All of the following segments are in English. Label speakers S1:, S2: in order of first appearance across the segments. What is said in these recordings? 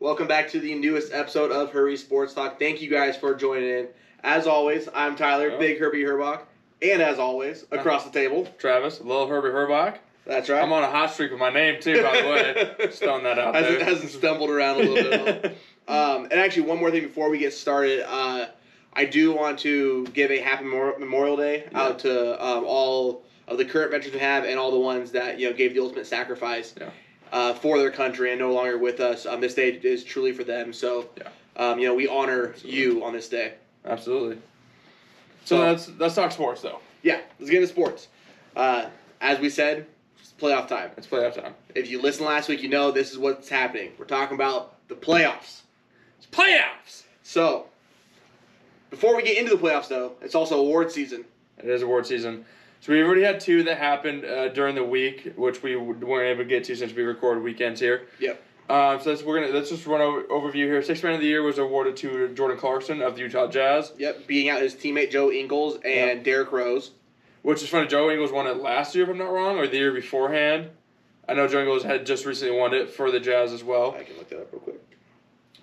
S1: Welcome back to the newest episode of Hurry Sports Talk. Thank you guys for joining in. As always, I'm Tyler,
S2: Hello.
S1: Big Herbie Herbach, and as always, across the table,
S2: Travis, Lil Herbie Herbach.
S1: that's right.
S2: I'm on a hot streak with my name too, by the way. Just throwing that out
S1: hasn't,
S2: there.
S1: hasn't stumbled around a little bit. Um, and actually, one more thing before we get started, uh, I do want to give a happy Memor- Memorial Day out to um, all of the current veterans we have and all the ones that you know gave the ultimate sacrifice
S2: Yeah.
S1: uh, for their country and no longer with us. Um, this day is truly for them. So,
S2: Yeah.
S1: um, you know, we honor
S2: Absolutely.
S1: you on this day.
S2: Absolutely. So
S1: So-
S2: that's let's talk sports though.
S1: Yeah, let's get into sports. Uh, as we said, it's playoff time.
S2: It's playoff time.
S1: If you listened last week, you know this is what's happening. We're talking about the playoffs.
S2: It's playoffs.
S1: So, before we get into the playoffs, though, it's also award season.
S2: It is award season. So we already had two that happened uh, during the week, which we weren't able to get to since we record weekends here.
S1: Yep.
S2: Um, so let's, we're gonna let's just run over overview here. Sixth man of the year was awarded to Jordan Clarkson of the Utah Jazz,
S1: Yep, beating out his teammate Joe Ingles and
S2: Yep.
S1: Derrick Rose.
S2: which is funny. Joe Ingles won it last year, if I'm not wrong, or the year beforehand. I know Joe Ingles had just recently won it for the Jazz as well,
S1: I can look that up real quick.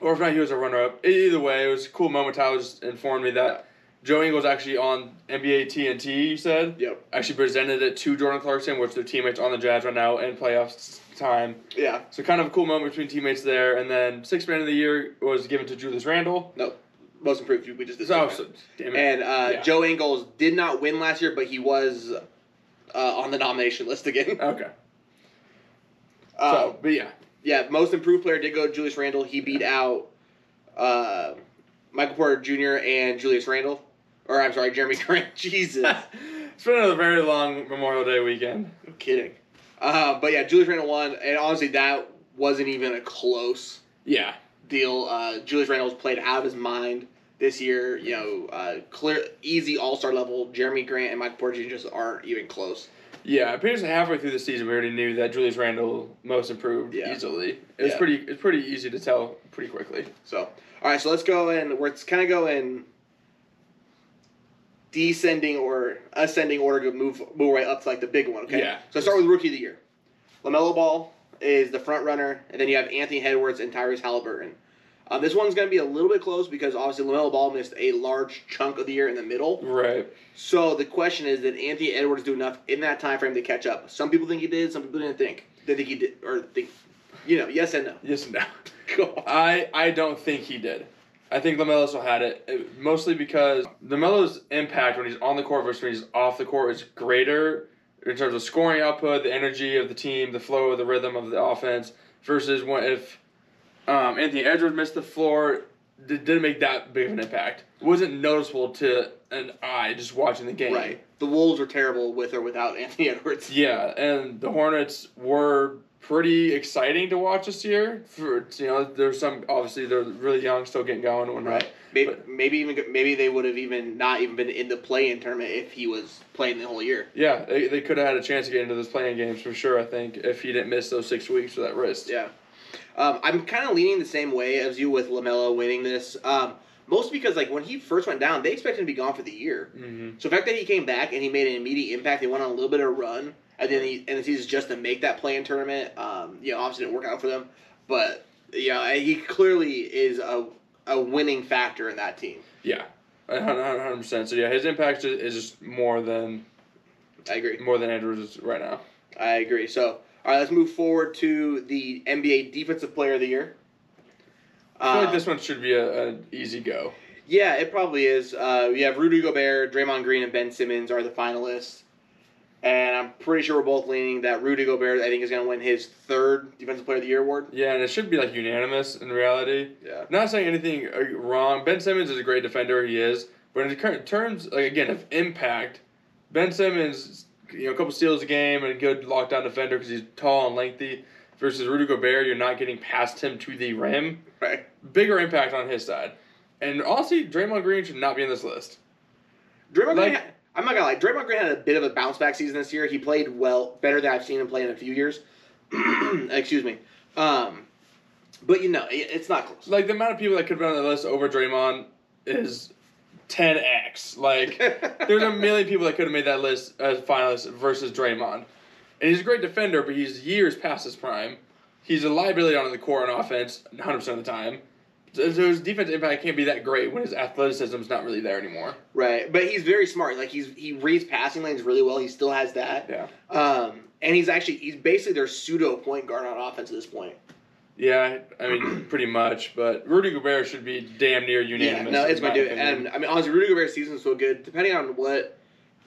S2: or if not, he was a runner-up. Either way, it was a cool moment. Tyler just informed me that Joe Ingles actually on NBA TNT. You said
S1: Yep.
S2: actually presented it to Jordan Clarkson, which their teammates on the Jazz right now in playoffs time.
S1: Yeah.
S2: So kind of a cool moment between teammates there. And then sixth man of the year was given to Julius Randle.
S1: No. Most improved. We just did
S2: So,
S1: that.
S2: so damn it.
S1: And uh,
S2: Yeah.
S1: Joe Ingles did not win last year, but he was uh, on the nomination list again.
S2: okay.
S1: Um,
S2: so, but yeah,
S1: yeah, most improved player did go to Julius Randle. He beat out uh, Michael Porter Jr. and Julius Randle. Or I'm sorry, Jeremy Grant. Jesus.
S2: it's been a very long Memorial Day weekend.
S1: I'm kidding. Uh, but yeah, Julius Randle won, and honestly, that wasn't even a close
S2: Yeah,
S1: deal. Uh, Julius Randle's played out of his mind this year. You know, uh, clear, easy All Star level. Jeremy Grant and Michael Porter Jr. just aren't even close.
S2: yeah. It appears that halfway through the season, we already knew that Julius Randle most improved
S1: Yeah.
S2: easily. It's
S1: Yeah.
S2: pretty. It's pretty easy to tell pretty quickly.
S1: So, all right, so let's go in. We're kind of go in descending or ascending order. Go move move right up to like the big one. Okay.
S2: Yeah.
S1: So start with rookie of the year. Lamelo Ball is the front runner, and then you have Anthony Edwards and Tyrese Halliburton. Um, this one's going to be a little bit close because obviously Lamelo Ball missed a large chunk of the year in the middle.
S2: Right.
S1: So the question is, did Anthony Edwards do enough in that time frame to catch up? Some people think he did. Some people didn't think. They think he did, or think, you know, yes and no.
S2: Yes and no.
S1: God.
S2: I I don't think he did. I think Lamelo still had it, it- mostly because Lamelo's impact when he's on the court versus when he's off the court is greater in terms of scoring output, the energy of the team, the flow of the rhythm of the offense. Versus when if um, Anthony Edwards missed the floor, did, didn't make that big of an impact. wasn't noticeable to an eye just watching the game.
S1: Right. The Wolves were terrible with or without Anthony Edwards.
S2: Yeah, and the Hornets were pretty exciting to watch this year. For you know, there's some obviously they're really young, still getting going, and whatnot.
S1: Maybe,
S2: But-
S1: maybe even maybe they would have even not even been in the play-in tournament if he was playing the whole year.
S2: Yeah, they, they could have had a chance to get into those playing games for sure. I think if he didn't miss those six weeks with that wrist.
S1: Yeah. Um, I'm kind of leaning the same way as you with Lamelo winning this. Um, mostly because like when he first went down, they expected him to be gone for the year.
S2: hmm
S1: So the fact that he came back and he made an immediate impact, they went on a little bit of a run, and then he and the season just to make that play-in tournament. Um, you know, obviously didn't work out for them, but yeah, he clearly is a a winning factor in that team.
S2: Yeah, hundred percent. So yeah, his impact is- is just more than
S1: I agree.
S2: more than Andrews is right now.
S1: I agree. So, all right, let's move forward to the NBA Defensive Player of the Year.
S2: I feel
S1: Uh,
S2: like this one should be a, an easy go.
S1: yeah, it probably is. Uh, we have Rudy Gobert, Draymond Green, and Ben Simmons are the finalists. And I'm pretty sure we're both leaning that Rudy Gobert, I think, is going to win his third Defensive Player of the Year award.
S2: Yeah, and it should be like unanimous in reality.
S1: Yeah.
S2: Not saying anything uh, wrong. Ben Simmons is a great defender. He is, but in current terms, like again, of impact, Ben Simmons, you know, a couple steals a game and a good lockdown defender because he's tall and lengthy. Versus Rudy Gobert, you're not getting past him to the rim.
S1: Right.
S2: Bigger impact on his side. And honestly, Draymond Green should not be in this list.
S1: Draymond Green,
S2: Like-
S1: had- I'm not going to lie, Draymond Green had a bit of a bounce back season this year. He played well, better than I've seen him play in a few years. Excuse me. Um, but, you know, it, it's not close.
S2: Like the amount of people that could be on the list over Draymond is 10x. Like There's a million people that could have made that list as finalists versus Draymond. And he's a great defender, but he's years past his prime. he's a liability on the court on offense 100 percent of the time. So so his defense impact can't be that great when his athleticism's not really there anymore.
S1: Right, but he's very smart. Like he's he reads passing lanes really well. He still has that.
S2: Yeah,
S1: Um, and he's actually he's basically their pseudo point guard on offense at this point.
S2: yeah. I mean, pretty much. But Rudy Gobert should be damn near
S1: Yeah,
S2: unanimous.
S1: no,
S2: in
S1: it's my dude.
S2: opinion.
S1: And I mean, honestly, Rudy Gobert's season was so good. Depending on what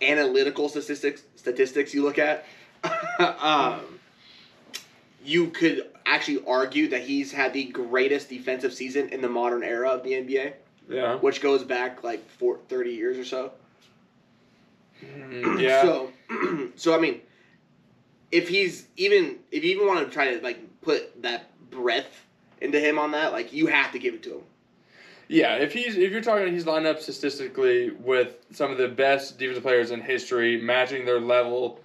S1: analytical statistics statistics you look at, um, you could actually argue that he's had the greatest defensive season in the modern era of the NBA,
S2: yeah,
S1: which goes back like four, 30 years or so.
S2: Mm, yeah.
S1: So, so I mean, if he's even if you even want to try to like put that breadth into him on that, like you have to give it to him.
S2: Yeah, if he's if you're talking he's lined up statistically with some of the best defensive players in history, matching their level,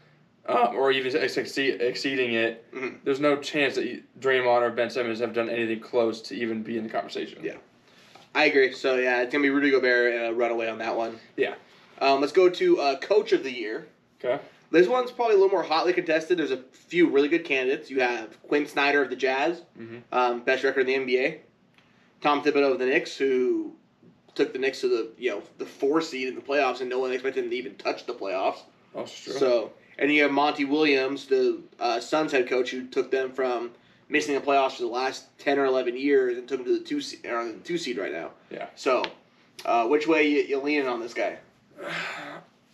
S2: um, or even ex- exceed, exceeding it,
S1: Mhm.
S2: there's no chance that you- Draymond or Ben Simmons have done anything close to even be in the conversation.
S1: Yeah. I agree. So yeah, it's gonna be Rudy Gobert and a runaway on that one.
S2: Yeah.
S1: Um, let's go to uh, Coach of the Year.
S2: Okay.
S1: This one's probably a little more hotly contested. There's a few really good candidates. You have Quinn Snyder of the Jazz,
S2: Mhm.
S1: um, best record in the NBA. Tom Thibodeau of the Knicks, who took the Knicks to the you know the four seed in the playoffs, and no one expected them to even touch the playoffs.
S2: Oh, sure.
S1: So, and you have Monty Williams, the uh, Suns head coach, who took them from missing the playoffs for the last ten or eleven years and took them to the two seed, or the two seed right now.
S2: Yeah.
S1: So, uh, which way you, you leaning on this guy?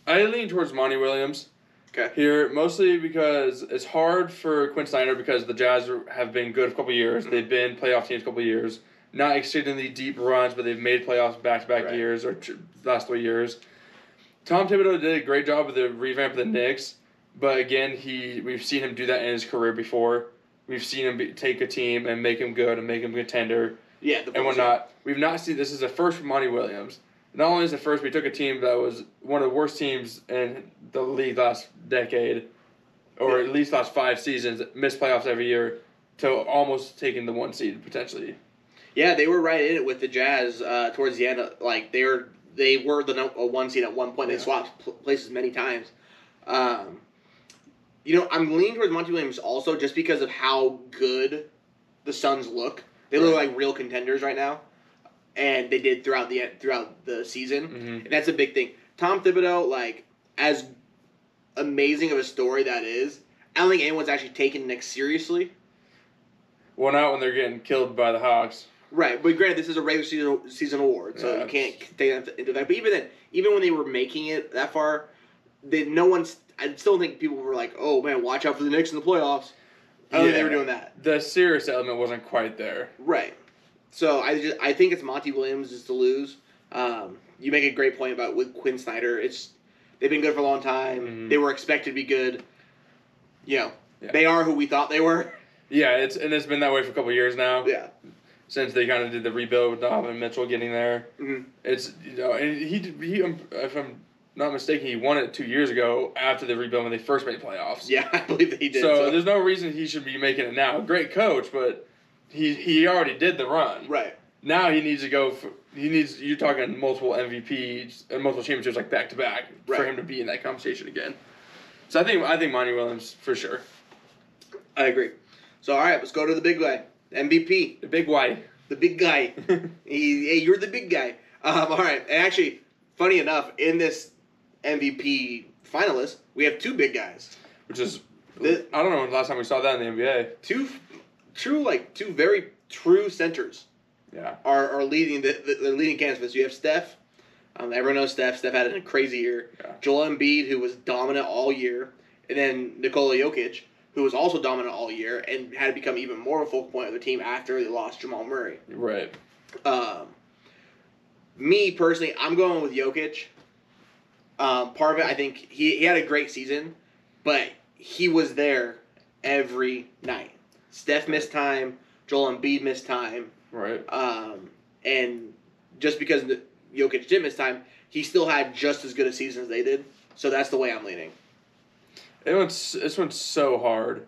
S2: I lean towards Monty Williams.
S1: Okay.
S2: Here, mostly because it's hard for Quinn Snyder because the Jazz are- have been good a couple years.
S1: Mm-hmm.
S2: They've been playoff teams a couple years, not exceedingly deep runs, but they've made playoffs back to back
S1: Right.
S2: years or two, last three years. Tom Thibodeau did a great job with the revamp of the Knicks, but again, he we've seen him do that in his career before. We've seen him be, take a team and make him good and make him contender
S1: Yeah, the
S2: and uh, whatnot. We've not seen this is the first from Monty Williams. Not only is the first, we took a team that was one of the worst teams in the league last decade, or at least last five seasons, missed playoffs every year, to almost taking the one seed potentially.
S1: Yeah, they were right in it with the Jazz uh, towards the end. Of, like they were, they were the no, a one seed at one point.
S2: Yeah.
S1: They swapped pl- places many times. Um, you know, I'm leaning towards Monty Williams also just because of how good the Suns look. They look
S2: Right.
S1: like real contenders right now, and they did throughout the throughout the season.
S2: Mhm.
S1: And that's a big thing. Tom Thibodeau, like as amazing of a story that is, I don't think anyone's actually taken Nick seriously.
S2: Well, not when they're getting killed by the Hawks.
S1: Right, but granted, this is a regular season season award, so
S2: Yeah,
S1: you can't take that into that. But even then, even when they were making it that far, they, no one's. I still think people were like, "Oh man, watch out for the Knicks in the playoffs." I don't think they were
S2: Yeah.
S1: doing that.
S2: The serious element wasn't quite there.
S1: Right. So I just I think it's Monty Williams is to lose. Um, you make a great point about with Quinn Snyder. It's they've been good for a long time.
S2: Mhm.
S1: They were expected to be good. You know,
S2: Yeah.
S1: they are who we thought they were.
S2: Yeah, it's and it's been that way for a couple years now
S1: yeah.
S2: since they kind of did the rebuild with Donovan Mitchell getting there.
S1: hmm
S2: It's you know, and he did- he um, if I'm not mistaken, he won it two years ago after the rebuild when they first made playoffs.
S1: Yeah, I believe that he did.
S2: so,
S1: so-
S2: there's no reason he should be making it now. Great coach, but he he already did the run.
S1: right.
S2: Now he needs to go. For, he needs. You're talking multiple MVPs and uh, multiple championships like back to back for
S1: Right.
S2: him to be in that conversation again. So I think I think Monty Williams for sure.
S1: I agree. So all right, let's go to the big guy, MVP,
S2: The big Y.
S1: the big guy. He- hey, you're the big guy. Um, all right, and actually, funny enough, in this MVP finalist, we have two big guys,
S2: Which is
S1: The-
S2: I don't know when the last time we saw that in the NBA.
S1: two f- true like two very true centers
S2: Yeah.
S1: are, are leading the, the, the leading candidates. You have Steph. Um, everyone knows Steph. Steph had a crazy year.
S2: Yeah.
S1: Joel Embiid, who was dominant all year, and then Nikola Jokic, who was also dominant all year and had become even more of a focal point of the team after they lost Jamal Murray.
S2: Right.
S1: Um, me personally, I'm going with Jokic. Um, part of it, I think he, he had a great season, but he was there every night. Steph missed time, Joel Embiid missed time,
S2: Right.
S1: um, and just because the, Jokic did miss time, he still had just as good a season as they did. So that's the way I'm leaning.
S2: It one's, this one's so hard.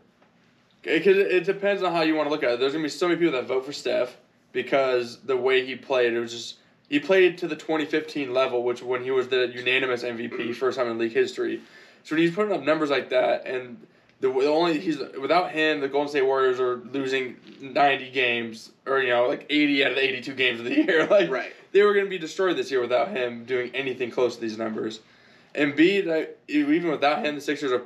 S2: Because it, it depends on how you want to look at it. There's going to be so many people that vote for Steph because the way he played, it was just. He played to the 2015 level, which when he was the unanimous MVP, first time in league history. So when he's putting up numbers like that, and The, the only he's without him, the Golden State Warriors are losing ninety games or you know like eighty out of the eighty-two games of the year. Like
S1: Right.
S2: they were going to be destroyed this year without him doing anything close to these numbers. Embiid, like, e-, even without him, the Sixers are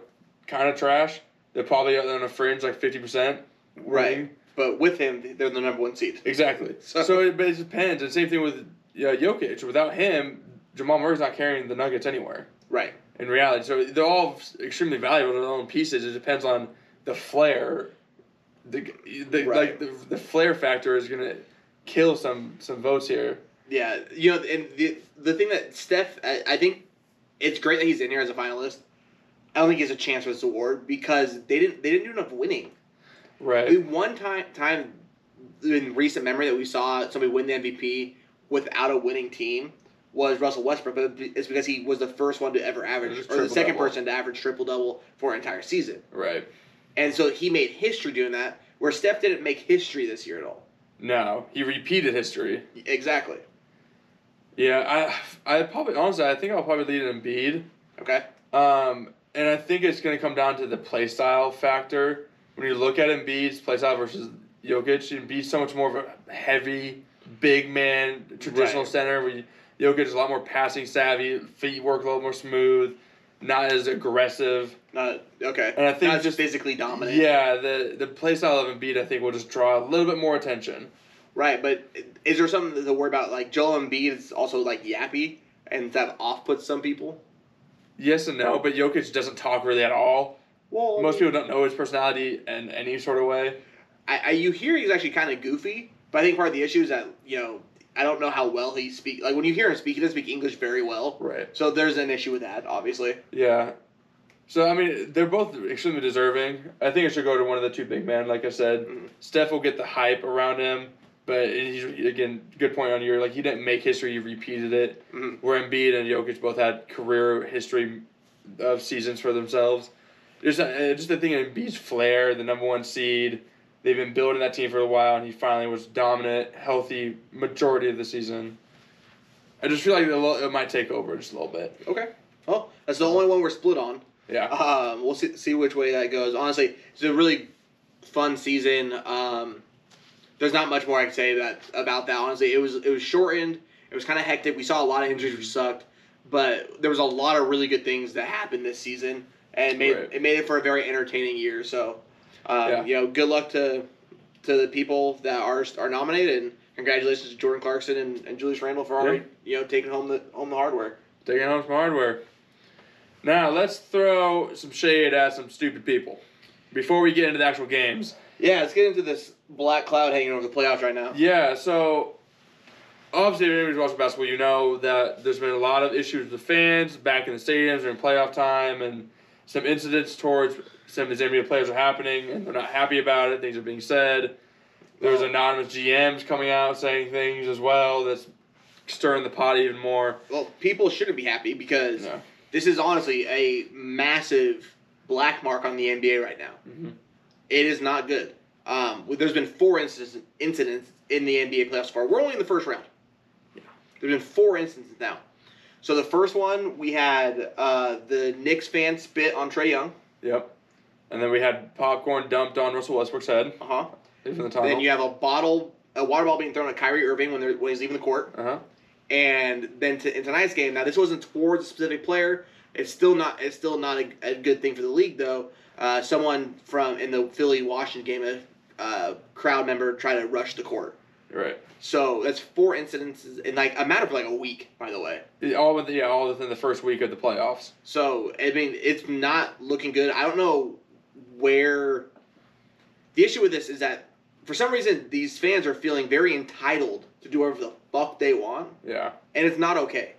S2: kind of trash. They're probably on a fringe like fifty percent.
S1: Right. But with him, they're the number one seed.
S2: Exactly.
S1: So-
S2: So, it, but it depends. And same thing with uh, Jokic. Without him, Jamal Murray's not carrying the Nuggets anywhere
S1: Right.
S2: in reality. So they're all extremely valuable to their own pieces. It depends on the flair. The, the
S1: Right.
S2: like the, the flair factor is gonna kill some some votes here.
S1: Yeah. You know, and the the thing that Steph, I, I think, it's great that he's in here as a finalist. I don't think he has a chance for this award because they didn't they didn't do enough winning.
S2: Right.
S1: The one time time in recent memory that we saw somebody win the MVP without a winning team was Russell Westbrook, but it's because he was the first one to ever average,
S2: Just
S1: or the second
S2: triple-double.
S1: person to average triple double for an entire season,
S2: Right.
S1: and so he made history doing that. Where Steph didn't make history this year at all.
S2: No, he repeated history.
S1: Exactly.
S2: Yeah, I I probably honestly I think I'll probably lead in Embiid.
S1: Okay.
S2: Um, and I think it's going to come down to the play style factor. When you look at Embiid's play style versus Jokic, Embiid's so much more of a heavy, big man, traditional
S1: Right.
S2: center. Where you- Jokic is a lot more passing savvy, feet work a little more smooth, not as aggressive.
S1: Not okay.
S2: And I think
S1: Not
S2: just-
S1: physically dominant.
S2: Yeah, the the play style of Embiid I think will just draw a little bit more attention.
S1: Right, but is there something to worry about? Like Joel Embiid is also like yappy, and that off puts some people.
S2: Yes and no, but Jokic doesn't talk really at all.
S1: Well,
S2: Most people don't know his personality in any sort of way.
S1: I, I you hear he's actually kind of goofy, but I think part of the issue is that you know I don't know how well he speak. Like when you hear him speak, he doesn't speak English very well.
S2: Right.
S1: So there's an issue with that, obviously.
S2: Yeah. So I mean, they're both extremely deserving. I think it should go to one of the two big men. Like I said,
S1: Mhm.
S2: Steph will get the hype around him, but he's again good point on your like he didn't make history; he repeated it.
S1: Mhm.
S2: Where Embiid and Jokic both had career history of seasons for themselves. Just uh, just the thing Embiid's flair, the number one seed. They've been building that team for a while, and he finally was dominant, healthy majority of the season. I just feel like it lo- it might take over just a little bit.
S1: Okay. Well, that's the only one we're split on.
S2: Yeah.
S1: Um, we'll see, see which way that goes. Honestly, it's a really fun season. Um, there's not much more I can say that about that. Honestly, it was it was shortened. It was kind of hectic. We saw a lot of injuries which sucked, but there was a lot of really good things that happened this season, and it made
S2: Right.
S1: it made it for a very entertaining year. So, um,
S2: Yeah.
S1: you know, good luck to to the people that are are nominated, and congratulations to Jordan Clarkson and, and Julius Randle for already you know taking home the home the hardware.
S2: Taking home some hardware. Now let's throw some shade at some stupid people before we get into the actual games.
S1: Yeah, let's get into this black cloud hanging over the playoffs right now.
S2: Yeah, so obviously, if anybody's watching basketball, you know that there's been a lot of issues with the fans back in the stadiums during playoff time, and some incidents towards some of these NBA players are happening, and they're not happy about it. Things are being said. There's
S1: Well-
S2: anonymous GMs coming out saying things as well that's stirring the pot even more.
S1: Well, people shouldn't be happy because
S2: Yeah.
S1: this is honestly a massive black mark on the NBA right now.
S2: Mhm.
S1: It is not good. Um, well, there's been four incidents, incidents in the NBA playoffs so far. We're only in the first round. There's been four instances now. So the first one we had uh, the Knicks fan spit on Trey Young.
S2: Yep. And then we had popcorn dumped on Russell Westbrook's head.
S1: Uh huh.
S2: Leaving the tunnel.
S1: Then you have a bottle, a water bottle being thrown at Kyrie Irving when, they're- when he's leaving the court.
S2: uh-huh.
S1: And then to, in tonight's game, now this wasn't towards a specific player. It's still not. It's still not a, a good thing for the league, though. Uh, someone from in the Philly Washington game, a uh, crowd member tried to rush the court.
S2: Right.
S1: So that's four incidences in like a matter of like a week, by the way.
S2: Yeah, All with yeah, all within the first week of the playoffs.
S1: So I mean, it's not looking good. I don't know where. The issue with this is that for some reason these fans are feeling very entitled to do whatever the fuck they want,
S2: Yeah.
S1: and it's not okay.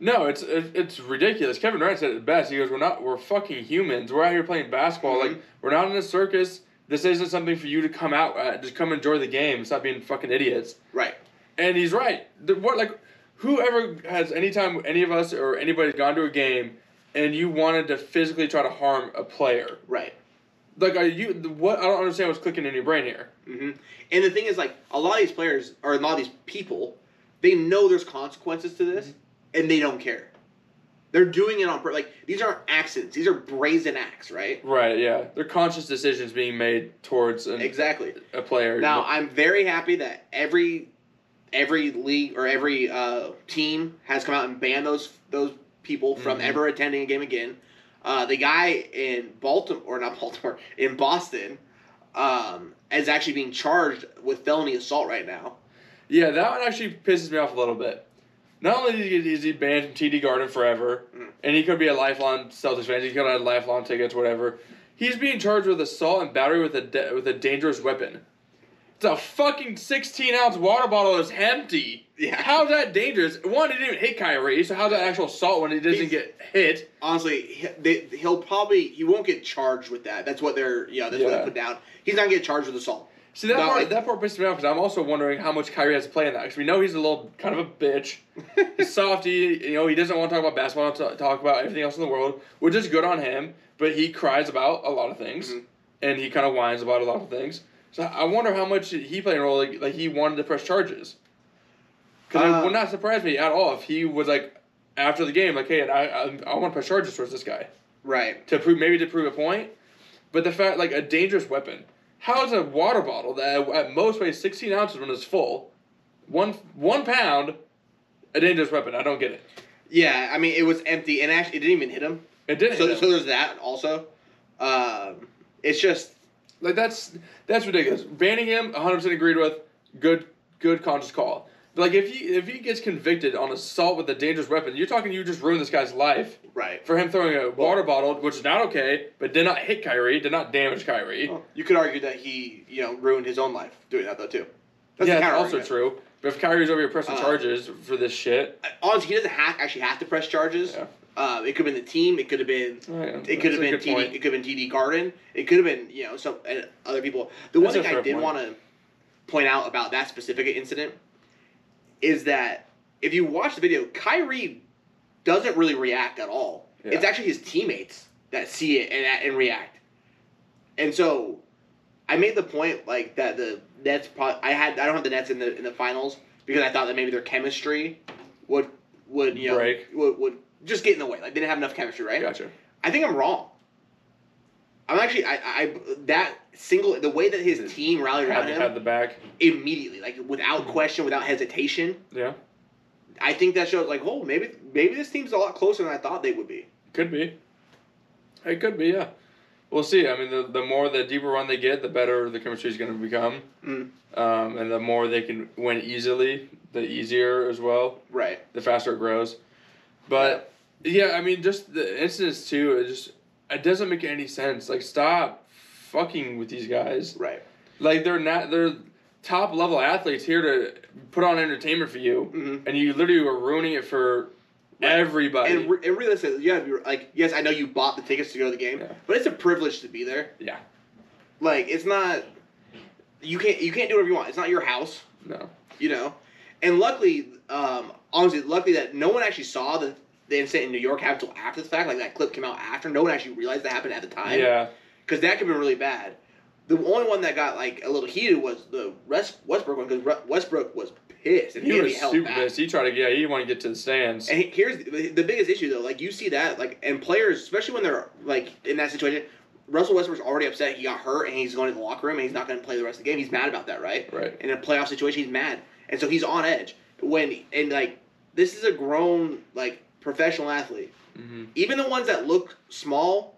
S2: No, it's it- it's ridiculous. Kevin Durant said it best. He goes, "We're not. We're fucking humans. We're out here playing basketball.
S1: Mhm.
S2: Like we're not in a circus. This isn't something for you to come out at. Just come enjoy the game. Stop being fucking idiots."
S1: Right.
S2: And he's right. The, what like whoever has any time any of us or anybody's gone to a game and you wanted to physically try to harm a player.
S1: Right.
S2: Like are you what I don't understand what's clicking in your brain here.
S1: hmm And the thing is, like, a lot of these players or a lot of these people, they know there's consequences to this, and they don't care. They're doing it on purpose. Like these aren't accidents. These are brazen acts, right?
S2: Right, yeah. They're conscious decisions being made towards an,
S1: Exactly.
S2: a player.
S1: Now I'm very happy that every every league or every uh, team has come out and banned those those people from
S2: Mhm.
S1: ever attending a game again. Uh, the guy in Baltimore or not Baltimore in Boston um, is actually being charged with felony assault right now.
S2: Yeah, that one actually pisses me off a little bit. Not only is he, is he banned from TD Garden forever,
S1: Mm.
S2: and he could be a lifelong Celtics fan, he could have lifelong tickets, whatever. He's being charged with assault and battery with a de- with a dangerous weapon. It's a fucking sixteen ounce water bottle that's empty.
S1: Yeah.
S2: How's that dangerous? One, it didn't even hit Kyrie, so how's that actual assault when he doesn't
S1: He's-
S2: get hit?
S1: Honestly, he- they, he'll probably he won't get charged with that. That's what they're yeah that's what
S2: Yeah.
S1: they put down. He's not getting charged with assault.
S2: See that
S1: No,
S2: part
S1: like-
S2: that part pisses me off because I'm also wondering how much Kyrie has to play in that because we know he's a little kind of a bitch. He's softy, you know, he doesn't want to talk about basketball, to talk about everything else in the world, which is good on him, but he cries about a lot of things
S1: Mhm.
S2: and he kind of whines about a lot of things. So I wonder how much he played a role, like, like he wanted to press charges. Because
S1: Uh,
S2: it would not surprise me at all if he was like, after the game, like, hey, I, I, I want to press charges towards this guy
S1: right.
S2: to prove maybe to prove a point, but the fact like a dangerous weapon. How is a water bottle that at most weighs sixteen ounces when it's full, one one pound, a dangerous weapon? I don't get it.
S1: Yeah, I mean it was empty and actually it didn't even hit him.
S2: It didn't.
S1: So, so there's that also. Um, it's just
S2: like that's that's ridiculous. Banning him, one hundred percent agreed with. Good good conscious call. But like if he if he gets convicted on assault with a dangerous weapon, you're talking you just ruined this guy's life
S1: right.
S2: for him throwing a water bottle, which is not okay, but did not hit Kyrie, did not damage Kyrie.
S1: You could argue that he, you know, ruined his own life doing that though too.
S2: yeah,
S1: a
S2: that's also
S1: counter-argument.
S2: true. But if Kyrie's over here pressing
S1: Uh,
S2: charges for this shit,
S1: Honestly, he doesn't have, actually have to press charges.
S2: Yeah.
S1: Um, it could have been the team. It could have been. It could have been TD. It could have been TD Garden. It could have been you know some uh, other people. The one
S2: That's a
S1: thing I
S2: fair
S1: did
S2: point.
S1: want to point out about that specific incident is that if you watch the video, Kyrie doesn't really react at all.
S2: Yeah.
S1: It's actually his teammates that see it and and react. And so, I made the point like that the Nets. Pro- I had I don't have the Nets in the in the finals because I thought that maybe their chemistry would would you know
S2: Break.
S1: would would just get in the way. Like they didn't have enough chemistry, right?
S2: Gotcha.
S1: I think I'm wrong. I'm actually I, I that single the way that his team rallied
S2: Had
S1: around
S2: the, had
S1: him
S2: the back.
S1: immediately, like without question, without hesitation.
S2: Yeah.
S1: I think that shows like, oh, maybe maybe this team's a lot closer than I thought they would be.
S2: Could be. It could be, yeah. We'll see. I mean, the, the more, the deeper run they get, the better the chemistry is going to become.
S1: Mm.
S2: Um, and the more they can win easily, the easier as well,
S1: Right.
S2: the faster it grows. But, yeah, I mean, just the incidents, too, it just, it doesn't make any sense. Like, stop fucking with these guys.
S1: Right.
S2: Like they're not they're top level athletes here to put on entertainment for you,
S1: Mhm.
S2: and you literally are ruining it for
S1: Right.
S2: everybody.
S1: And, re- and realistically, Uh, you gotta be like, yes, I know you bought the tickets to go to the game,
S2: Yeah.
S1: but it's a privilege to be there.
S2: yeah,
S1: Like, it's not you can't you can't do whatever you want. It's not your house.
S2: no,
S1: you know. And luckily, um, honestly, luckily that no one actually saw the, the incident in New York happen until after the fact. Like that clip came out after. No one actually realized that happened at the time.
S2: yeah,
S1: Because that could have been really bad. The only one that got like a little heated was the West, Westbrook one because Westbrook was pissed and he,
S2: he
S1: had to be
S2: was
S1: held
S2: super
S1: back.
S2: pissed. He tried to yeah, he wanted to get to the stands.
S1: And he- here's the, the biggest issue though. Like you see that like and players, especially when they're like in that situation. Russell Westbrook's already upset. He got hurt, and he's going to the locker room, and he's not going to play the rest of the game. He's mad about that, right?
S2: Right.
S1: In a playoff situation, he's mad, and so he's on edge. When and like this is a grown like professional athlete.
S2: hmm
S1: Even the ones that look small,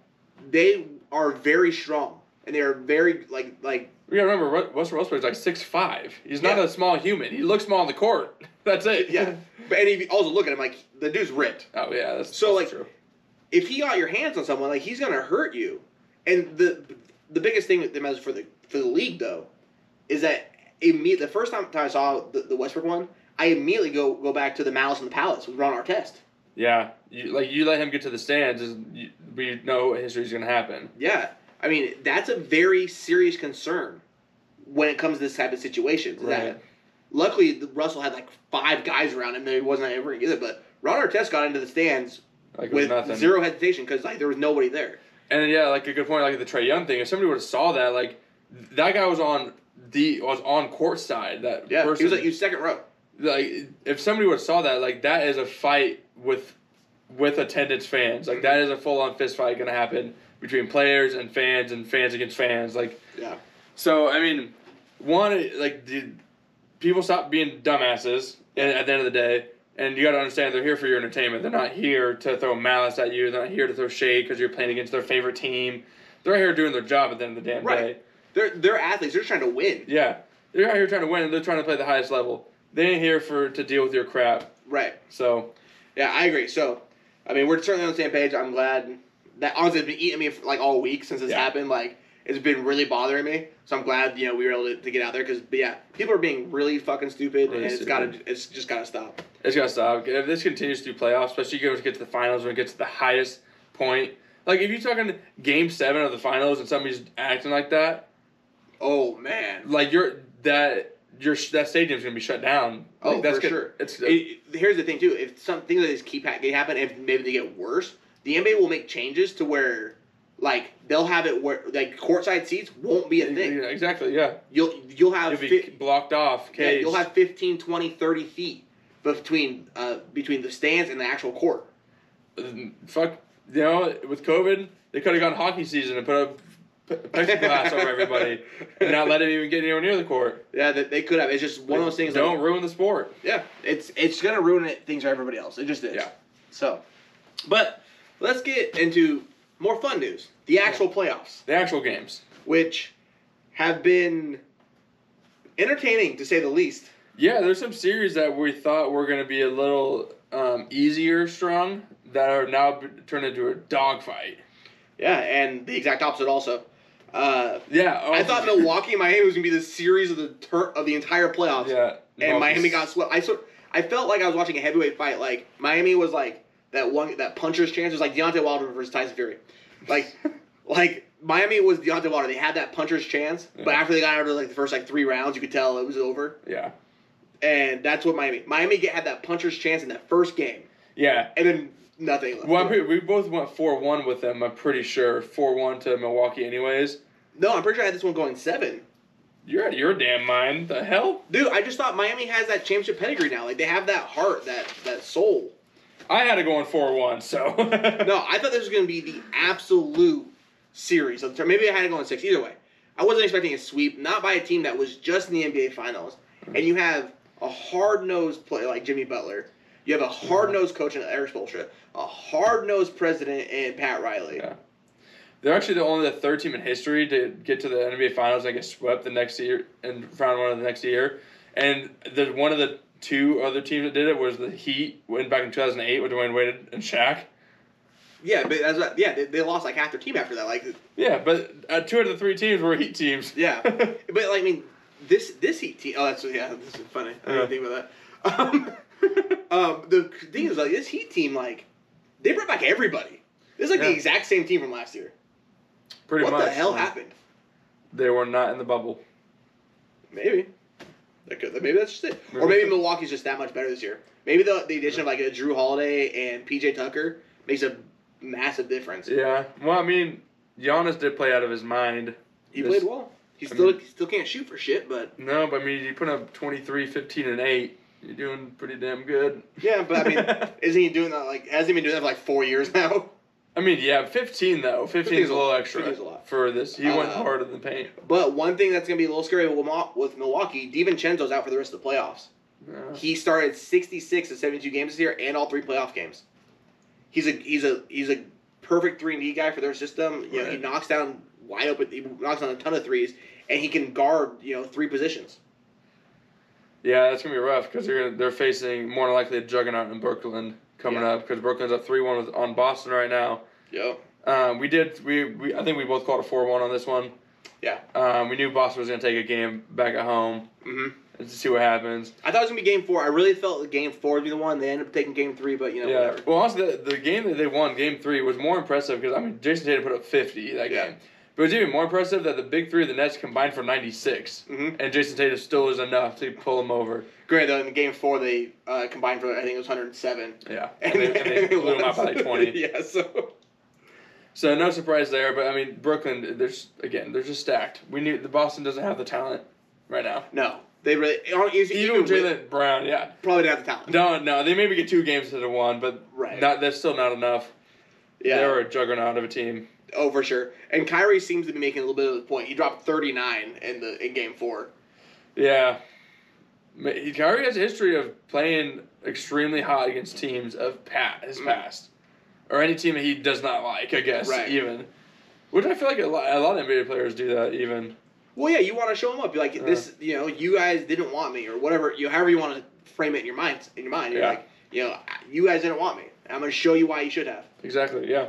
S1: they are very strong, and they are very like like
S2: We gotta remember Ru- Russell Westbrook's like six five. He's not
S1: Yeah.
S2: a small human. He looks small on the court. That's it.
S1: yeah. but and if you also look at him like the dude's ripped.
S2: Oh yeah, that's
S1: So,
S2: that's
S1: like,
S2: true.
S1: if he got your hands on someone, like he's gonna hurt you. And the the biggest thing that matters for the for the league though, is that imme- the first time I saw the, the Westbrook one, I immediately go go back to the Malice in the Palace with Ron Artest.
S2: yeah, you, like you let him get to the stands, is you, we know what history's gonna happen.
S1: Yeah, I mean that's a very serious concern when it comes to this type of situation. is that-
S2: Right.
S1: luckily the- Russell had like five guys around him that he wasn't ever gonna get it, but Ron Artest got into the stands
S2: Like it was
S1: with
S2: nothing.
S1: zero hesitation because like there was nobody there.
S2: And yeah, like a good point, like the Trey Young thing. If somebody would have saw that, like that guy was on the was on court side. That
S1: Yeah,
S2: person,
S1: he was like he was second row.
S2: like if somebody would have saw that, like that is a fight with with attendance fans. Like that is a full on fist fight gonna happen between players and fans and fans against fans. Like
S1: Yeah.
S2: so I mean, one like the, people stop being dumbasses and at the end of the day. And you got to understand they're here for your entertainment. They're not here to throw malice at you. They're not here to throw shade because you're playing against their favorite team. They're here doing their job at the end of the damn
S1: Right.
S2: day.
S1: They're they're athletes. They're trying to win.
S2: Yeah, they're out here trying to win. and They're trying to play the highest level. They ain't here for to deal with your crap.
S1: Right.
S2: So
S1: Yeah, I agree. So, I mean, we're certainly on the same page. I'm glad that honestly, it's been eating me for, like all week since this
S2: Yeah.
S1: happened. Like, it's been really bothering me. So I'm glad you know we were able to, to get out there because yeah, people are being really fucking stupid,
S2: Really
S1: and it's
S2: stupid.
S1: gotta, it's just gotta stop.
S2: it's gotta stop. If this continues through playoffs, especially if you get to the finals when it gets to the highest point, like if you're talking game seven of the finals and somebody's acting like that,
S1: Oh man.
S2: like you're that your that stadium's gonna be shut down. Like,
S1: Oh,
S2: that's
S1: for
S2: gonna-
S1: sure.
S2: It's uh,
S1: It- here's the thing too: if some things like this keep ha- they happen, if maybe they get worse, the NBA will make changes to where. Like they'll have it where like courtside seats won't be a
S2: yeah,
S1: thing.
S2: exactly yeah.
S1: You'll you'll have
S2: You'll be
S1: fi-
S2: blocked off.
S1: Yeah,
S2: Caged.
S1: you'll have 15, 20, 30 feet between uh, between the stands and the actual court.
S2: Mm, fuck. You know, with COVID, they could have gone hockey season and put a p- plexiglass over everybody and not let them even get anywhere near the court.
S1: Yeah, that they could have. It's just one of those things.
S2: Don't
S1: Like,
S2: ruin the sport.
S1: yeah, it's it's gonna ruin it, things for everybody else. It just is.
S2: Yeah.
S1: So, but let's get into more fun news: the actual playoffs,
S2: The actual games.
S1: which have been entertaining to say the least.
S2: Yeah, there's some series that we thought were going to be a little um, easier strung that are now b- turned into a dogfight.
S1: Yeah, and the exact opposite also. Uh,
S2: Yeah.
S1: I thought Milwaukee and Miami was gonna be the series of the tur- of the entire playoffs.
S2: Yeah.
S1: and Miami
S2: Milwaukee's-
S1: got swept. I sort I felt like I was watching a heavyweight fight. Like Miami was like that one that puncher's chance was like Deontay Wilder versus Tyson Fury. Like like Miami was Deontay Wilder. They had that puncher's chance, but
S2: Yeah.
S1: after they got out of like the first like three rounds, you could tell it was over.
S2: Yeah.
S1: And that's what Miami Miami get, had that puncher's chance in that first game,
S2: Yeah.
S1: and then nothing. Left.
S2: Well, I'm pretty- we both went 4 1 with them, I'm pretty sure. 4 1 to Milwaukee, anyways.
S1: no, I'm pretty sure I had this one going seven.
S2: You're out of your damn mind. The hell?
S1: Dude, I just thought Miami has that championship pedigree now. Like they have that heart, that that soul.
S2: I had it going 4 1, so.
S1: No, I thought this was going to be the absolute series of the tour- Maybe I had it going six. Either way, I wasn't expecting a sweep, not by a team that was just in the NBA Finals. And you have a hard nosed player like Jimmy Butler. You have a hard nosed coach in Eric Spoelstra, a hard nosed president in Pat Riley.
S2: Yeah. They're actually the only the third team in history to get to the NBA Finals and get swept the next year and round one of the next year. And the one of the two other teams that did it was the Heat when back in two thousand eight with Dwayne Wade and Shaq.
S1: Yeah, but that's what, yeah, they, they lost like half their team after that. Like,
S2: Yeah, but uh, two out of the three teams were Heat teams.
S1: yeah, but like I mean, this this Heat team. Oh, that's yeah, this is funny. I didn't even think about that. Um, um, the thing is like this Heat team, like they brought back everybody. This is like the
S2: Yeah.
S1: exact same team from last year.
S2: Pretty
S1: what
S2: much.
S1: the hell happened?
S2: They were not in the bubble.
S1: Maybe. That could, maybe that's just it. Or
S2: Maybe
S1: maybe
S2: that's it.
S1: Milwaukee's just that much better this year. Maybe the, the addition of like a Drew Holiday and PJ Tucker makes a massive difference.
S2: Yeah. Well, I mean, Giannis did play out of his mind.
S1: He
S2: This-
S1: played well. He
S2: I
S1: still
S2: mean-
S1: he still can't shoot for shit, but
S2: No, but I mean, you put up 23, 15, and eight. You're doing pretty damn good.
S1: yeah. But I mean, isn't he doing that? Like, hasn't he been doing that for like four years now?
S2: I mean, yeah, 15 though. 15
S1: 15
S2: is a little extra
S1: 15 is a lot.
S2: for this. He went
S1: Uh,
S2: hard in the paint.
S1: But one thing that's gonna be a little scary with Mil- with Milwaukee, Divincenzo's out for the rest of the playoffs.
S2: Yeah.
S1: He started 66 of 72 games this year and all three playoff games. He's a he's a he's a perfect three and D guy for their system. You know, he
S2: Right.
S1: knocks down wide open. He knocks down a ton of threes, and he can guard you know three positions.
S2: yeah, that's gonna be rough because they're gonna, they're facing more than likely a juggernaut in Brooklyn coming
S1: Yeah.
S2: up because Brooklyn's up three one on Boston right now.
S1: Yo,
S2: Um, we did we, we I think we both called a four one on this one.
S1: Yeah.
S2: Um, we knew Boston was gonna take a game back at home
S1: hmm
S2: to see what happens.
S1: I thought it was gonna be game four. I really felt that game four would be the one. They ended up taking game three, but you know
S2: yeah.
S1: whatever.
S2: Well, also the, the game that they won, game three, was more impressive because I mean Jason Tatum put up fifty that
S1: Yeah.
S2: game, but it was even more impressive that the big three of the Nets combined for ninety six.
S1: Mhm.
S2: And Jason Tatum still is enough to pull them over.
S1: Great though. In game four, they uh, combined for I think it was 107.
S2: Yeah. And they, and they blew them out by like 20.
S1: yeah. So.
S2: So no surprise there, but I mean Brooklyn, there's again, they're just stacked. We knew the Boston doesn't have the talent right now.
S1: No, they really even,
S2: Even with Jalen Brown, yeah.
S1: probably didn't have the talent.
S2: No, no, they maybe get two games to the one, but
S1: Right.
S2: Not that's still not enough.
S1: yeah.
S2: They were a juggernaut of a team.
S1: Oh, for sure. And Kyrie seems to be making a little bit of the point. He dropped 39 in the in game four.
S2: Yeah. Ma- he- Kyrie has a history of playing extremely hot against teams of pa- his
S1: Mm.
S2: past, or any team that he does not like. I guess
S1: Right.
S2: even, which I feel like a lot, a lot of NBA players do that. Even
S1: Well, yeah, you want to show him up. You're like,
S2: Uh.
S1: this, you know, you guys didn't want me, or whatever. You, however, you want to frame it in your mind. In your mind, you're
S2: Yeah.
S1: like, you know, you guys didn't want me. I'm going to show you why you should have.
S2: exactly, yeah.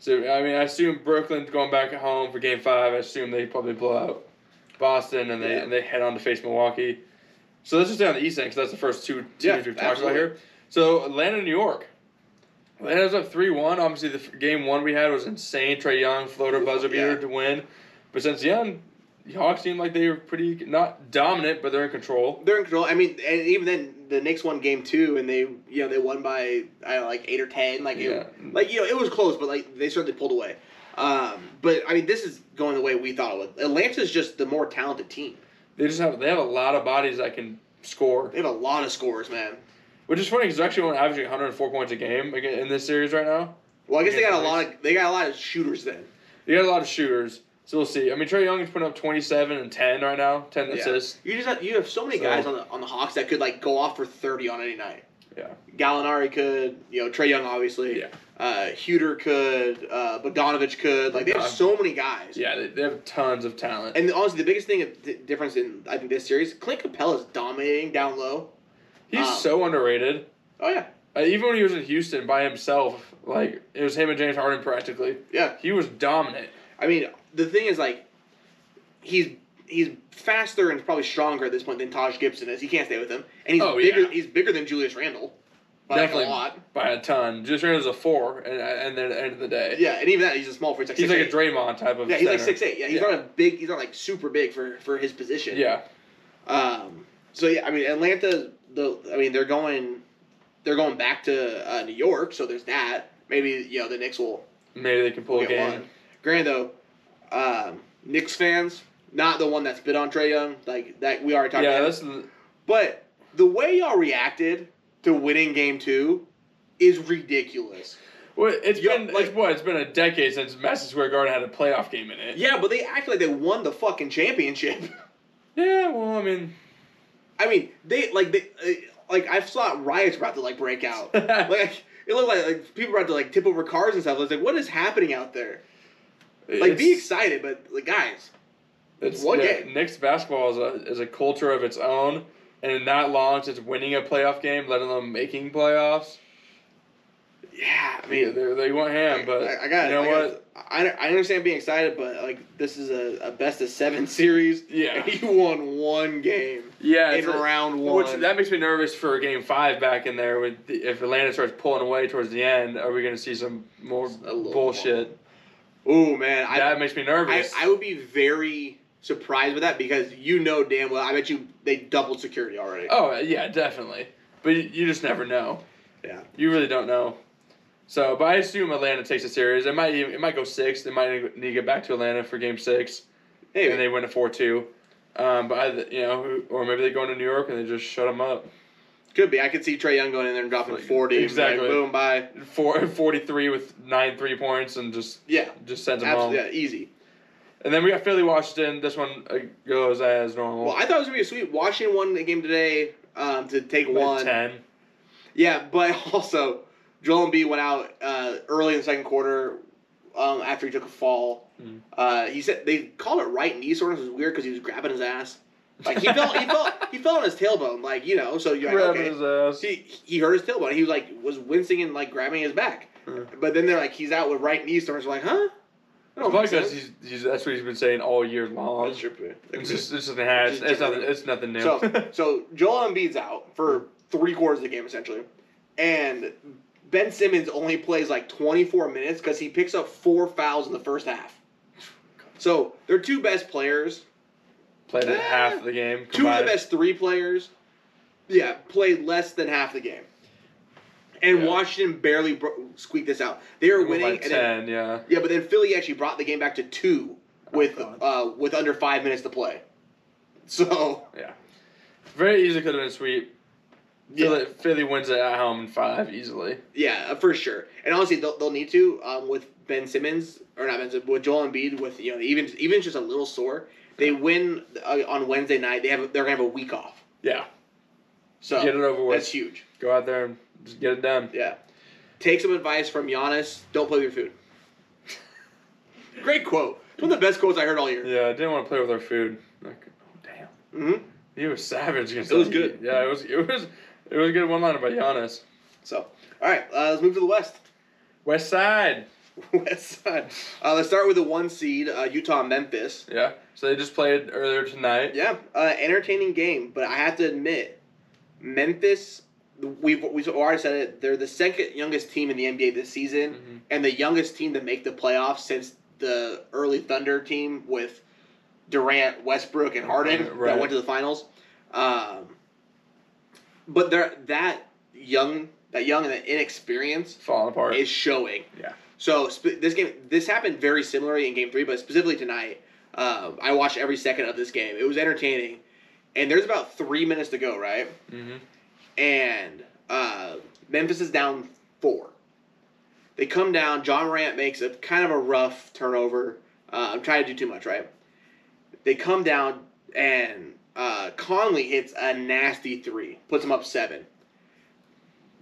S2: So I mean, I assume Brooklyn going back at home for Game Five. I assume they probably blow out Boston and they
S1: Yeah.
S2: and they head on to face Milwaukee. So let's just stay on the East end because that's the first two teams
S1: Yeah,
S2: we've talked
S1: absolutely.
S2: about here. So Atlanta, New York. Atlanta was up three one. Obviously, the f- game one we had was insane. Trey Young floater buzzer beater
S1: Yeah.
S2: to win, but since then, the Hawks seem like they were pretty not dominant, but they're in control.
S1: They're in control. I mean, and even then, the Knicks won game two, and they, you know, they won by I don't know, like eight or ten. Like,
S2: Yeah.
S1: it, like you know, it was close, but like they certainly pulled away. Um, but I mean, this is going the way we thought it would. Atlanta's just the more talented team.
S2: They just have they have a lot of bodies that can score,
S1: They have a lot of scores, man.
S2: which is funny because they're actually only averaging 104 points a game again in this series right now.
S1: Well, I guess they
S2: Yeah,
S1: got a
S2: nice.
S1: lot of they got a lot of shooters then.
S2: They got a lot of shooters, so we'll see. I mean, Trey Young is putting up 27 and 10 right now, 10
S1: Yeah.
S2: assists.
S1: You just have, you have so many
S2: So-
S1: guys on the on the Hawks that could like go off for thirty on any night.
S2: Yeah.
S1: Gallinari could, you know, Trey Young obviously.
S2: Yeah.
S1: Uh, Huter could, uh, Bogdanovich could. Like they have
S2: Bogdan-
S1: so many guys.
S2: Yeah, they, they have tons of talent.
S1: And honestly, the biggest thing of di- difference in I think this series, Clint Capella's dominating down low.
S2: He's
S1: um,
S2: so underrated.
S1: Oh yeah,
S2: Uh, even when he was in Houston by himself, like it was him and James Harden practically.
S1: yeah.
S2: He was dominant.
S1: I mean, the thing is like, he's he's faster and probably stronger at this point than Taj Gibson is. He can't stay with him, and he's
S2: Oh,
S1: bigger.
S2: yeah.
S1: He's bigger than Julius Randle. By
S2: Definitely
S1: like a lot.
S2: by a ton. Just ran as a four, and uh, and then at the end of the day,
S1: Yeah, and even that, he's a small for he's like
S2: he's like
S1: 6'8".
S2: a Draymond type of.
S1: Yeah, he's like
S2: center.
S1: six eight. Yeah, he's
S2: Yeah.
S1: not a big. He's not like super big for for his position.
S2: Yeah,
S1: Um. So yeah, I mean Atlanta. The I mean they're going, they're going back to uh, New York. So there's that. Maybe you know the Knicks will
S2: maybe they can pull
S1: will
S2: a
S1: get
S2: game.
S1: one. Granted though, um, Knicks fans not the one that spit on Trey Young like that. We already talked
S2: Yeah,
S1: about.
S2: that's the-
S1: But the way y'all reacted to winning Game Two is ridiculous.
S2: well, it's
S1: Yo,
S2: been it's,
S1: like-
S2: what it's been a decade since Madison Square Garden had a playoff game in it.
S1: Yeah, but they act like they won the fucking championship.
S2: Yeah, well, I mean,
S1: I mean, they like they uh, like I saw riots about to like break out. like it looked like like people about to like tip over cars and stuff. I was like, what is happening out there? Like, be
S2: it's-
S1: excited, but like guys,
S2: It's
S1: One
S2: yeah,
S1: game.
S2: Knicks basketball is a is a culture of its own, and not long since winning a playoff game, let alone making playoffs.
S1: yeah. I
S2: I mean,
S1: mean,
S2: they they went ham, but
S1: I, I got
S2: you know
S1: I
S2: what?
S1: gotta- I, I understand being excited, but like this is a, a best of seven series.
S2: Yeah.
S1: and you won one game
S2: yeah,
S1: in
S2: it's a-
S1: round one.
S2: which that makes me nervous for Game Five back in there. With the, if Atlanta starts pulling away towards the end, are we going to see some more
S1: A little
S2: bullshit?
S1: oh man, I,
S2: that makes me nervous.
S1: I, I would be very surprised with that because you know damn well. I bet you they doubled security already.
S2: oh yeah, definitely. But you, you just never know.
S1: Yeah.
S2: You really don't know. So, but I assume Atlanta takes the series. It might even, it might go six. They might need to get back to Atlanta for Game Six.
S1: Anyway,
S2: and they win a four two. Um, but I, you know, or maybe they go into New York and they just shut them up.
S1: Could be. I could see Trey Young going in there and dropping
S2: Like,
S1: forty. and be
S2: exactly.
S1: Like, boom. Bye.
S2: Four, 43 with nine three points and just
S1: Yeah.
S2: just sends them home.
S1: Absolutely. Yeah, easy.
S2: And then we got Philly Washington. This one uh, goes as normal.
S1: Well, I thought it was gonna be a sweep. Washington won the game today um, to take
S2: By
S1: one.
S2: ten.
S1: Yeah, but also Joel Embiid went out uh, early in the second quarter um, after he took a fall.
S2: Mm.
S1: Uh, he said they called it right knee soreness, which was weird because he was grabbing his ass. Like he fell, he fell, he fell on his tailbone. Like you know, so you're like,
S2: Grabbing
S1: okay.
S2: his ass.
S1: He, he hurt his tailbone. He like was wincing and like grabbing his back.
S2: Mm.
S1: But then they're like, he's out with right knee soreness. We're like, huh? That don't
S2: Probably
S1: make
S2: because
S1: sense.
S2: he's, he's that's what he's been saying all year long.
S1: That's your point.
S2: It's just it's nothing. It's, it's nothing. It's nothing new.
S1: So, so Joel Embiid's out for three quarters of the game essentially, and Ben Simmons only plays like 24 minutes because he picks up four fouls in the first half. So their two best players,
S2: Played it
S1: Ah.
S2: half of the game.
S1: two of the
S2: combined.
S1: best three players, yeah, played less than half the game, and
S2: Yeah.
S1: Washington barely bro- squeaked this out. They were
S2: Won by
S1: winning, and then,
S2: ten. Yeah.
S1: yeah, but then Philly actually brought the game back to two with
S2: Oh,
S1: uh,
S2: God.
S1: with under five minutes to play. So
S2: Yeah. Very easily could have been a sweep.
S1: Yeah.
S2: Philly, Philly wins it at home in five easily.
S1: Yeah, uh, for sure. And honestly, they'll, they'll need to um, with Ben Simmons or not Ben Simmons with Joel Embiid with you know even even if it's just a little sore. They win uh, on Wednesday night. They have they're gonna have a week off.
S2: Yeah.
S1: So
S2: get it over with.
S1: that's huge.
S2: Go out there and just get it done.
S1: Yeah. Take some advice from Giannis. Don't play with your food. Great quote. One of the best quotes I heard all year.
S2: Yeah, I didn't want to play with our food. Like, oh, damn.
S1: hmm
S2: He was savage against
S1: It was
S2: that.
S1: good.
S2: Yeah, it was it was it was a good one liner by Giannis.
S1: So, all right, uh, let's move to the West.
S2: West Side.
S1: West side. Uh, let's start with the one seed, uh, Utah Memphis.
S2: Yeah. So they just played earlier tonight.
S1: Yeah, uh, entertaining game, but I have to admit, Memphis. We've we've already said it. They're the second youngest team in the NBA this season,
S2: Mhm.
S1: and the youngest team to make the playoffs since the early Thunder team with Durant, Westbrook, and Harden
S2: Right.
S1: that went to the finals. Um, but they're that young, that young and that inexperience
S2: Falling apart.
S1: is showing.
S2: Yeah.
S1: So sp- this game, this happened very similarly in Game Three, but specifically tonight, uh, I watched every second of this game. It was entertaining, and there's about three minutes to go, right?
S2: hmm
S1: And uh, Memphis is down four. They come down. John Morant makes a kind of a rough turnover. Uh, I'm trying to do too much, right? They come down, and uh, Conley hits a nasty three, puts them up seven.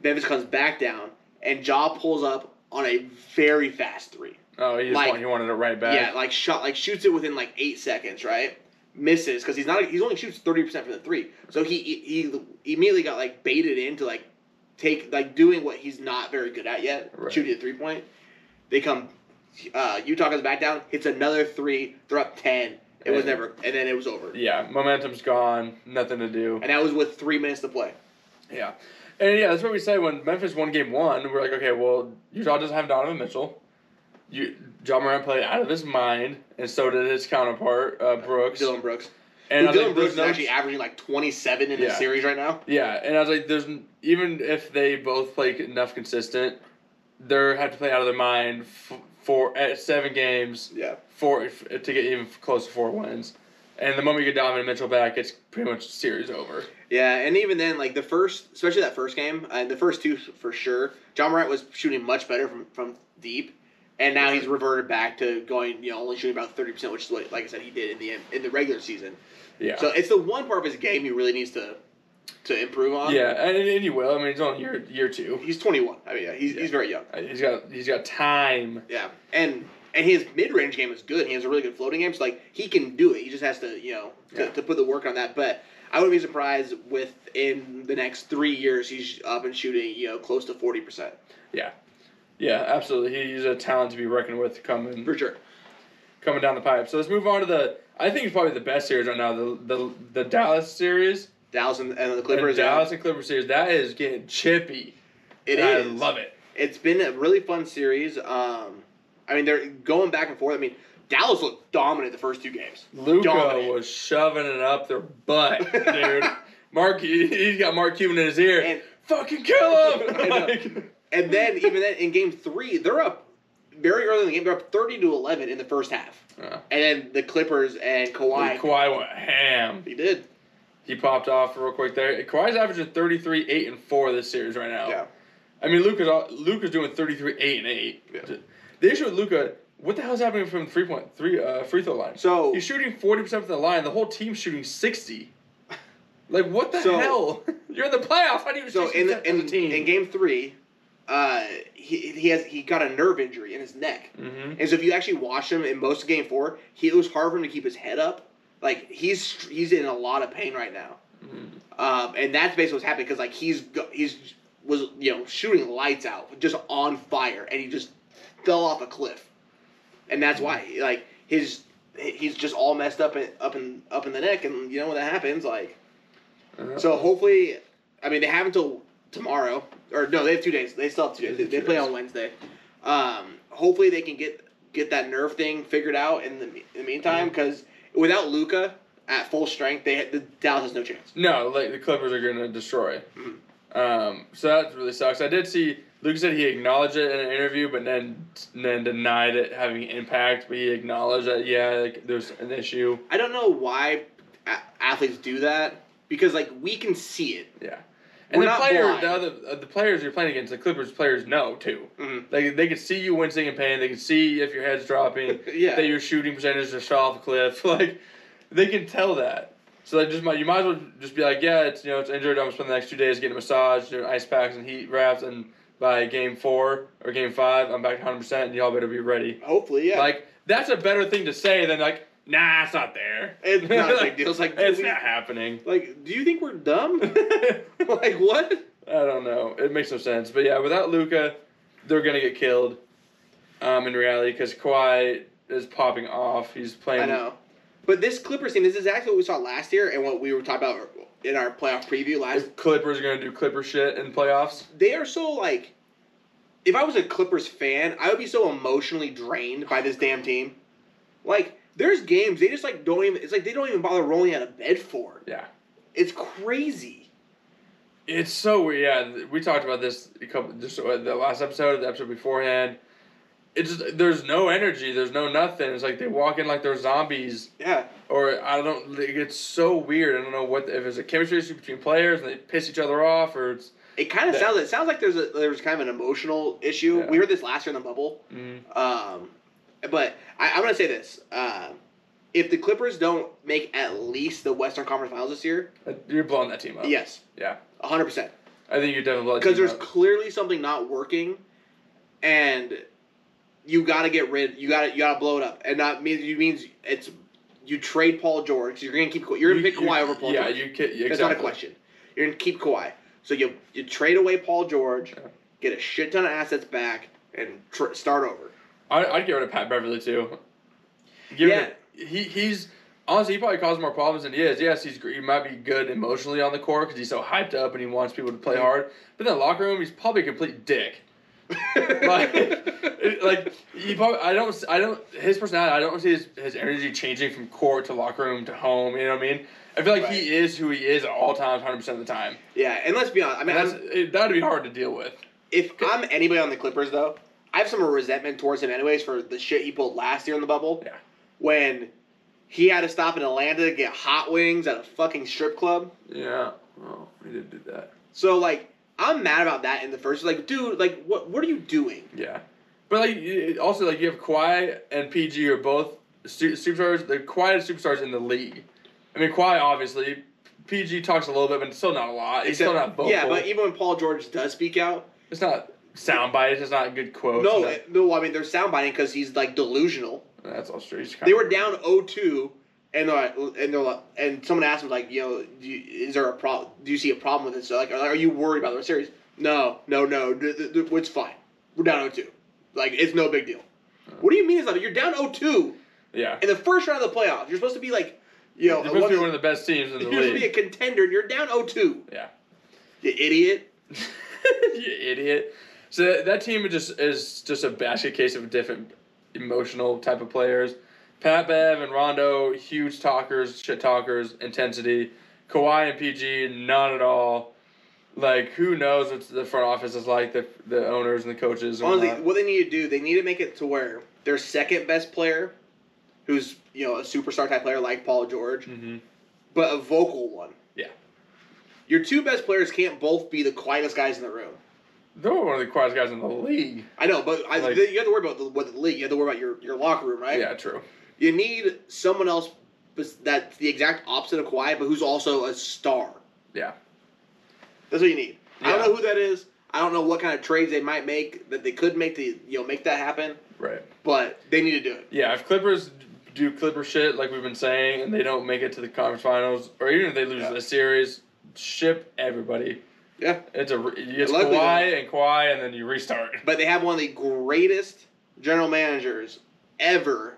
S1: Memphis comes back down, and Jaw pulls up on a very fast three.
S2: Oh, he just
S1: Like-
S2: want- he wanted it right
S1: Yeah,
S2: back.
S1: like shot, like shoots it within like eight seconds, right? Misses because he's not. He's only shoots thirty percent from the three, so he, he he immediately got like baited into like take like doing what he's not very good at yet,
S2: Right.
S1: shooting a three point. They come, uh, Utah comes back down, hits another three. They're up ten. It was
S2: Yeah.
S1: never, and then it was over.
S2: Yeah. Momentum's gone. Nothing to do.
S1: And that was with three minutes to play.
S2: Yeah. And yeah, that's what we said when Memphis won game one. We're like, okay, well, Utah doesn't have Donovan Mitchell. You, John Moran played out of his mind, and so did his counterpart, uh, Brooks.
S1: Dylan Brooks.
S2: and I
S1: Who
S2: was
S1: Dylan
S2: like,
S1: Brooks is
S2: there's no-
S1: actually averaging like twenty seven in
S2: Yeah.
S1: this series right now.
S2: Yeah, and I was like, there's n- even if they both play enough consistent, they're have to play out of their mind f- for at seven games
S1: Yeah.
S2: four if, to get even close to four wins. And the moment you get Donovan Mitchell back, it's pretty much series over.
S1: Yeah, and even then, like the first, especially that first game, and the first two for sure, John Morant was shooting much better from from deep, and now he's reverted back to going, you know, only shooting about thirty percent, which is what, like I said, he did in the in the regular season.
S2: Yeah.
S1: So it's the one part of his game he really needs to to improve on.
S2: yeah, and, and he will. I mean, he's only year year two.
S1: he's twenty one. I mean, yeah, he's he's very young.
S2: Uh, He's got he's got time.
S1: Yeah, and and his mid range game is good. He has a really good floating game. So like he can do it. He just has to you know to,
S2: Yeah.
S1: to put the work on that. But I wouldn't be surprised within the next three years he's up and shooting you know close to forty percent
S2: Yeah, yeah, absolutely. He's a talent to be reckoned with coming
S1: for sure.
S2: coming down the pipe. So let's move on to the. I think it's probably the best series right now. The the, the Dallas series,
S1: Dallas and, and the
S2: the
S1: Clippers. yeah.
S2: Dallas and Clippers series. That is getting chippy.
S1: It
S2: I
S1: is.
S2: love it.
S1: It's been a really fun series. Um, I mean they're going back and forth. I mean Dallas looked dominant the first two games.
S2: Luca
S1: Dominant.
S2: was shoving it up their butt, dude. Mark, he- he's got Mark Cuban in his ear.
S1: And-
S2: Fucking kill him!
S1: I know.
S2: Like,
S1: And then even then in game three they're up very early in the game. They're up thirty to eleven in the first half.
S2: Yeah.
S1: And then the Clippers and Kawhi.
S2: Kawhi went ham.
S1: He did.
S2: He popped off real quick there. Kawhi's averaging 33, 8, and 4 this series right now.
S1: Yeah.
S2: I mean, Luca's all- Luca's doing 33, 8, and 8.
S1: Yeah.
S2: The issue with Luca, what the hell's happening from three point three uh, free throw line?
S1: So
S2: He's shooting 40% from the line. The whole team's shooting 60. Like, what the
S1: So-
S2: hell? You're in the playoffs. How do you
S1: so
S2: shoot
S1: in
S2: 60%
S1: the, in,
S2: as a team?
S1: in game three, uh, he he has he got a nerve injury in his neck,
S2: mm-hmm.
S1: and so if you actually watch him in most of game four, he it was hard for him to keep his head up. Like he's he's in a lot of pain right now,
S2: mm-hmm,
S1: um, and that's basically what's happening because like he's go- he's was you know shooting lights out, just on fire, and he just fell off a cliff, and that's why like his he's just all messed up in, up in up in the neck, and you know when that happens like.
S2: uh-huh.
S1: So hopefully, I mean they have until tomorrow, or no, they have two days. They still have two days. They, they play on Wednesday. Um, hopefully they can get get that nerve thing figured out in the, me- in the meantime, because without Luca at full strength, they ha- the Dallas has no chance.
S2: No, like the Clippers are gonna destroy.
S1: Mhm.
S2: Um, so that really sucks. I did see Luke said he acknowledged it in an interview, but then then denied it having impact. But he acknowledged that yeah, like, there's an issue.
S1: I don't know why a- athletes do that because like we can see it.
S2: Yeah, And
S1: We're
S2: the
S1: not
S2: player,
S1: blind.
S2: the other, uh, the players you're playing against, the Clippers players know too.
S1: Mhm.
S2: They they can see you wincing in pain. They can see if your head's dropping,
S1: Yeah.
S2: that your shooting percentage just fell off a cliff. Like they can tell that. So they just might you might as well just be like, yeah, it's you know it's injured. I'm gonna spend the next two days getting a massage, doing ice packs and heat wraps, and by game four or game five, I'm back 100 percent, and y'all better be ready.
S1: Hopefully, yeah.
S2: Like that's a better thing to say than like, nah, it's not there.
S1: It's not a big deal. It's like,
S2: it's
S1: we-
S2: not happening.
S1: like, do you think we're dumb?
S2: I
S1: like what?
S2: don't know. It makes no sense. But yeah, without Luca, they're gonna get killed. Um, in reality, because Kawhi is popping off. He's playing.
S1: I know. But this Clippers team, this is exactly what we saw last year and what we were talking about in our playoff preview last.
S2: If Clippers are gonna do Clipper shit in playoffs.
S1: They are so like, if I was a Clippers fan, I would be so emotionally drained by this damn team. Like, there's games they just like don't even. It's like they don't even bother rolling out of bed for.
S2: Yeah.
S1: It's crazy.
S2: It's so weird. Yeah, th- we talked about this a couple just uh, the last episode, the episode beforehand. It's just there's no energy. There's no nothing. It's like they walk in like they're zombies.
S1: Yeah.
S2: or I don't. Like, it's so weird. I don't know what if it's a chemistry issue between players and they piss each other off, or it's
S1: It kind of
S2: That-
S1: sounds. It sounds like there's a there's kind of an emotional issue.
S2: Yeah.
S1: We heard this last year in the bubble.
S2: mm,
S1: Um, but I, I'm gonna say this: uh, if the Clippers don't make at least the Western Conference Finals this year,
S2: Uh, you're blowing that team up.
S1: yes,
S2: yeah.
S1: 100, percent
S2: I think you're definitely blowing that
S1: because
S2: team
S1: there's
S2: up.
S1: clearly something not working, and you gotta get rid. You gotta you gotta blow it up, and not means you means it's you trade Paul George. You're gonna keep you're gonna
S2: You-
S1: pick
S2: you-
S1: Kawhi over Paul
S2: Yeah,
S1: George.
S2: you can, exactly.
S1: That's not a question. You're gonna keep Kawhi. So you you trade away Paul George,
S2: Yeah.
S1: get a shit ton of assets back, and tr- start over.
S2: I, I'd get rid of Pat Beverly too.
S1: Yeah.
S2: yeah, he he's honestly he probably caused more problems than he is. Yes, he's gr- he might be good emotionally on the court because he's so hyped up and he wants people to play hard. But in the locker room, he's probably a complete dick. like, it- like he probably, I don't, I don't, his personality, I don't see his, his energy changing from court to locker room to home. You know what I mean? I feel like
S1: Right.
S2: he is who he is at all times, hundred percent of the time.
S1: yeah, and let's be honest. I
S2: And
S1: mean,
S2: that's
S1: I'm-
S2: it, that'd be hard to deal with.
S1: If I'm anybody on the Clippers, though, I have some resentment towards him, anyways, for the shit he pulled last year in the bubble.
S2: Yeah.
S1: When he had to stop in Atlanta to get hot wings at a fucking strip club.
S2: Yeah. Oh, he did do that.
S1: So, like, I'm mad about that in the first. Like, dude, like, what what are you doing?
S2: Yeah, but like you- also like you have Kawhi and PG are both su- superstars. They're quiet superstars in the league. I mean, Kawhi obviously. PG talks a little bit, but still not a lot. He's still not vocal.
S1: yeah, but even when Paul George does speak out,
S2: it's not sound bites. It's not good quotes.
S1: no,
S2: It's not-
S1: it- no, I mean, they're soundbiting because he's, like, delusional.
S2: That's all straight. He's
S1: They
S2: kinda-
S1: were down 0-2, and they're like, and they're like, and someone asked him like, you know, do you, is there a problem? Do you see a problem with it? So like, are, are you worried about the series? No, no, no. D- d- d- it's fine. We're down 0-2. Like it's no big deal. What do you mean it's not? You're down 0-2
S2: Yeah.
S1: in the first round of the playoffs. You're supposed to be like, you know,
S2: They're supposed to be one
S1: one
S2: of the best teams in the
S1: you're supposed to be a
S2: league.
S1: contender, and you're down 0-2.
S2: Yeah.
S1: You idiot.
S2: you idiot. So that, that team is just is just a basket case of different emotional type of players. Pat Bev and Rondo, huge talkers, shit talkers, intensity. Kawhi and PG, none at all. Like who knows what the front office is like, the the owners and the coaches. And
S1: Honestly,
S2: whatnot.
S1: what they need to do, they need to make it to where their second best player, who's you know a superstar type player like Paul George,
S2: Mhm.
S1: but a vocal one.
S2: Yeah.
S1: Your two best players can't both be the quietest guys in the room.
S2: They're one of the quietest guys in the league.
S1: I know, but I,
S2: Like-
S1: you have to worry about the, what the league. You have to worry about your, your locker room, right?
S2: Yeah, true.
S1: You need someone else bes- that's the exact opposite of Kawhi, but who's also a star.
S2: Yeah.
S1: That's what you need. I
S2: Yeah.
S1: don't know who that is. I don't know what kind of trades they might make that they could make to you know make that happen,
S2: Right.
S1: but they need to do it.
S2: Yeah, if Clippers do Clipper shit like we've been saying, and they don't make it to the conference finals, or even if they lose
S1: Yeah.
S2: the series, ship everybody.
S1: Yeah.
S2: It's a re- it's
S1: Luckily, though-
S2: Kawhi and Kawhi, and then you restart.
S1: But they have one of the greatest general managers ever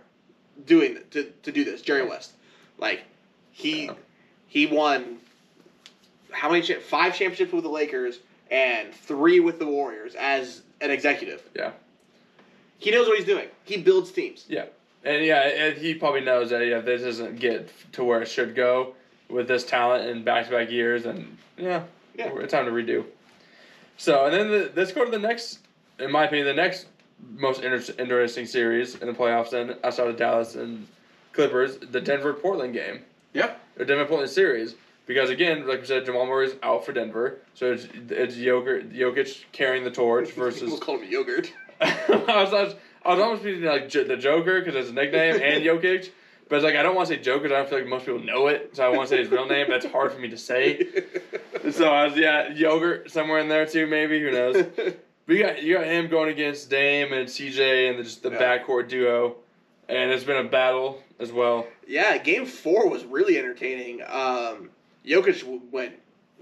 S1: doing to, to do this, Jerry West. Like he
S2: Yeah.
S1: he won how many cha- five championships with the Lakers and three with the Warriors as an executive.
S2: Yeah,
S1: He knows what he's doing. He builds teams.
S2: yeah, and yeah, and he probably knows that yeah, if this doesn't get to where it should go with this talent in back to back years, and yeah,
S1: Yeah.
S2: it's time to redo. So and then the, let's go to the next, in my opinion, the next most inter- interesting series in the playoffs. Then outside of Dallas and Clippers, the Denver Portland game.
S1: Yeah.
S2: or Denver Portland series. Because again, like we said, Jamal Murray's out for Denver, so it's it's yogurt Jokic carrying the torch
S1: We'll
S2: versus.
S1: call him yogurt.
S2: I was I was, I was almost thinking like J- the Joker because it's a nickname and Jokic, but it's like I don't want to say Joker. 'cause I don't feel like most people know it, so I want to say his real name. That's hard for me to say. So I was yeah yogurt somewhere in there too maybe who knows. We got you got him going against Dame and CJ and the, just the
S1: Yeah.
S2: backcourt duo, and it's been a battle as well.
S1: yeah, game four was really entertaining. Um, Jokic w- went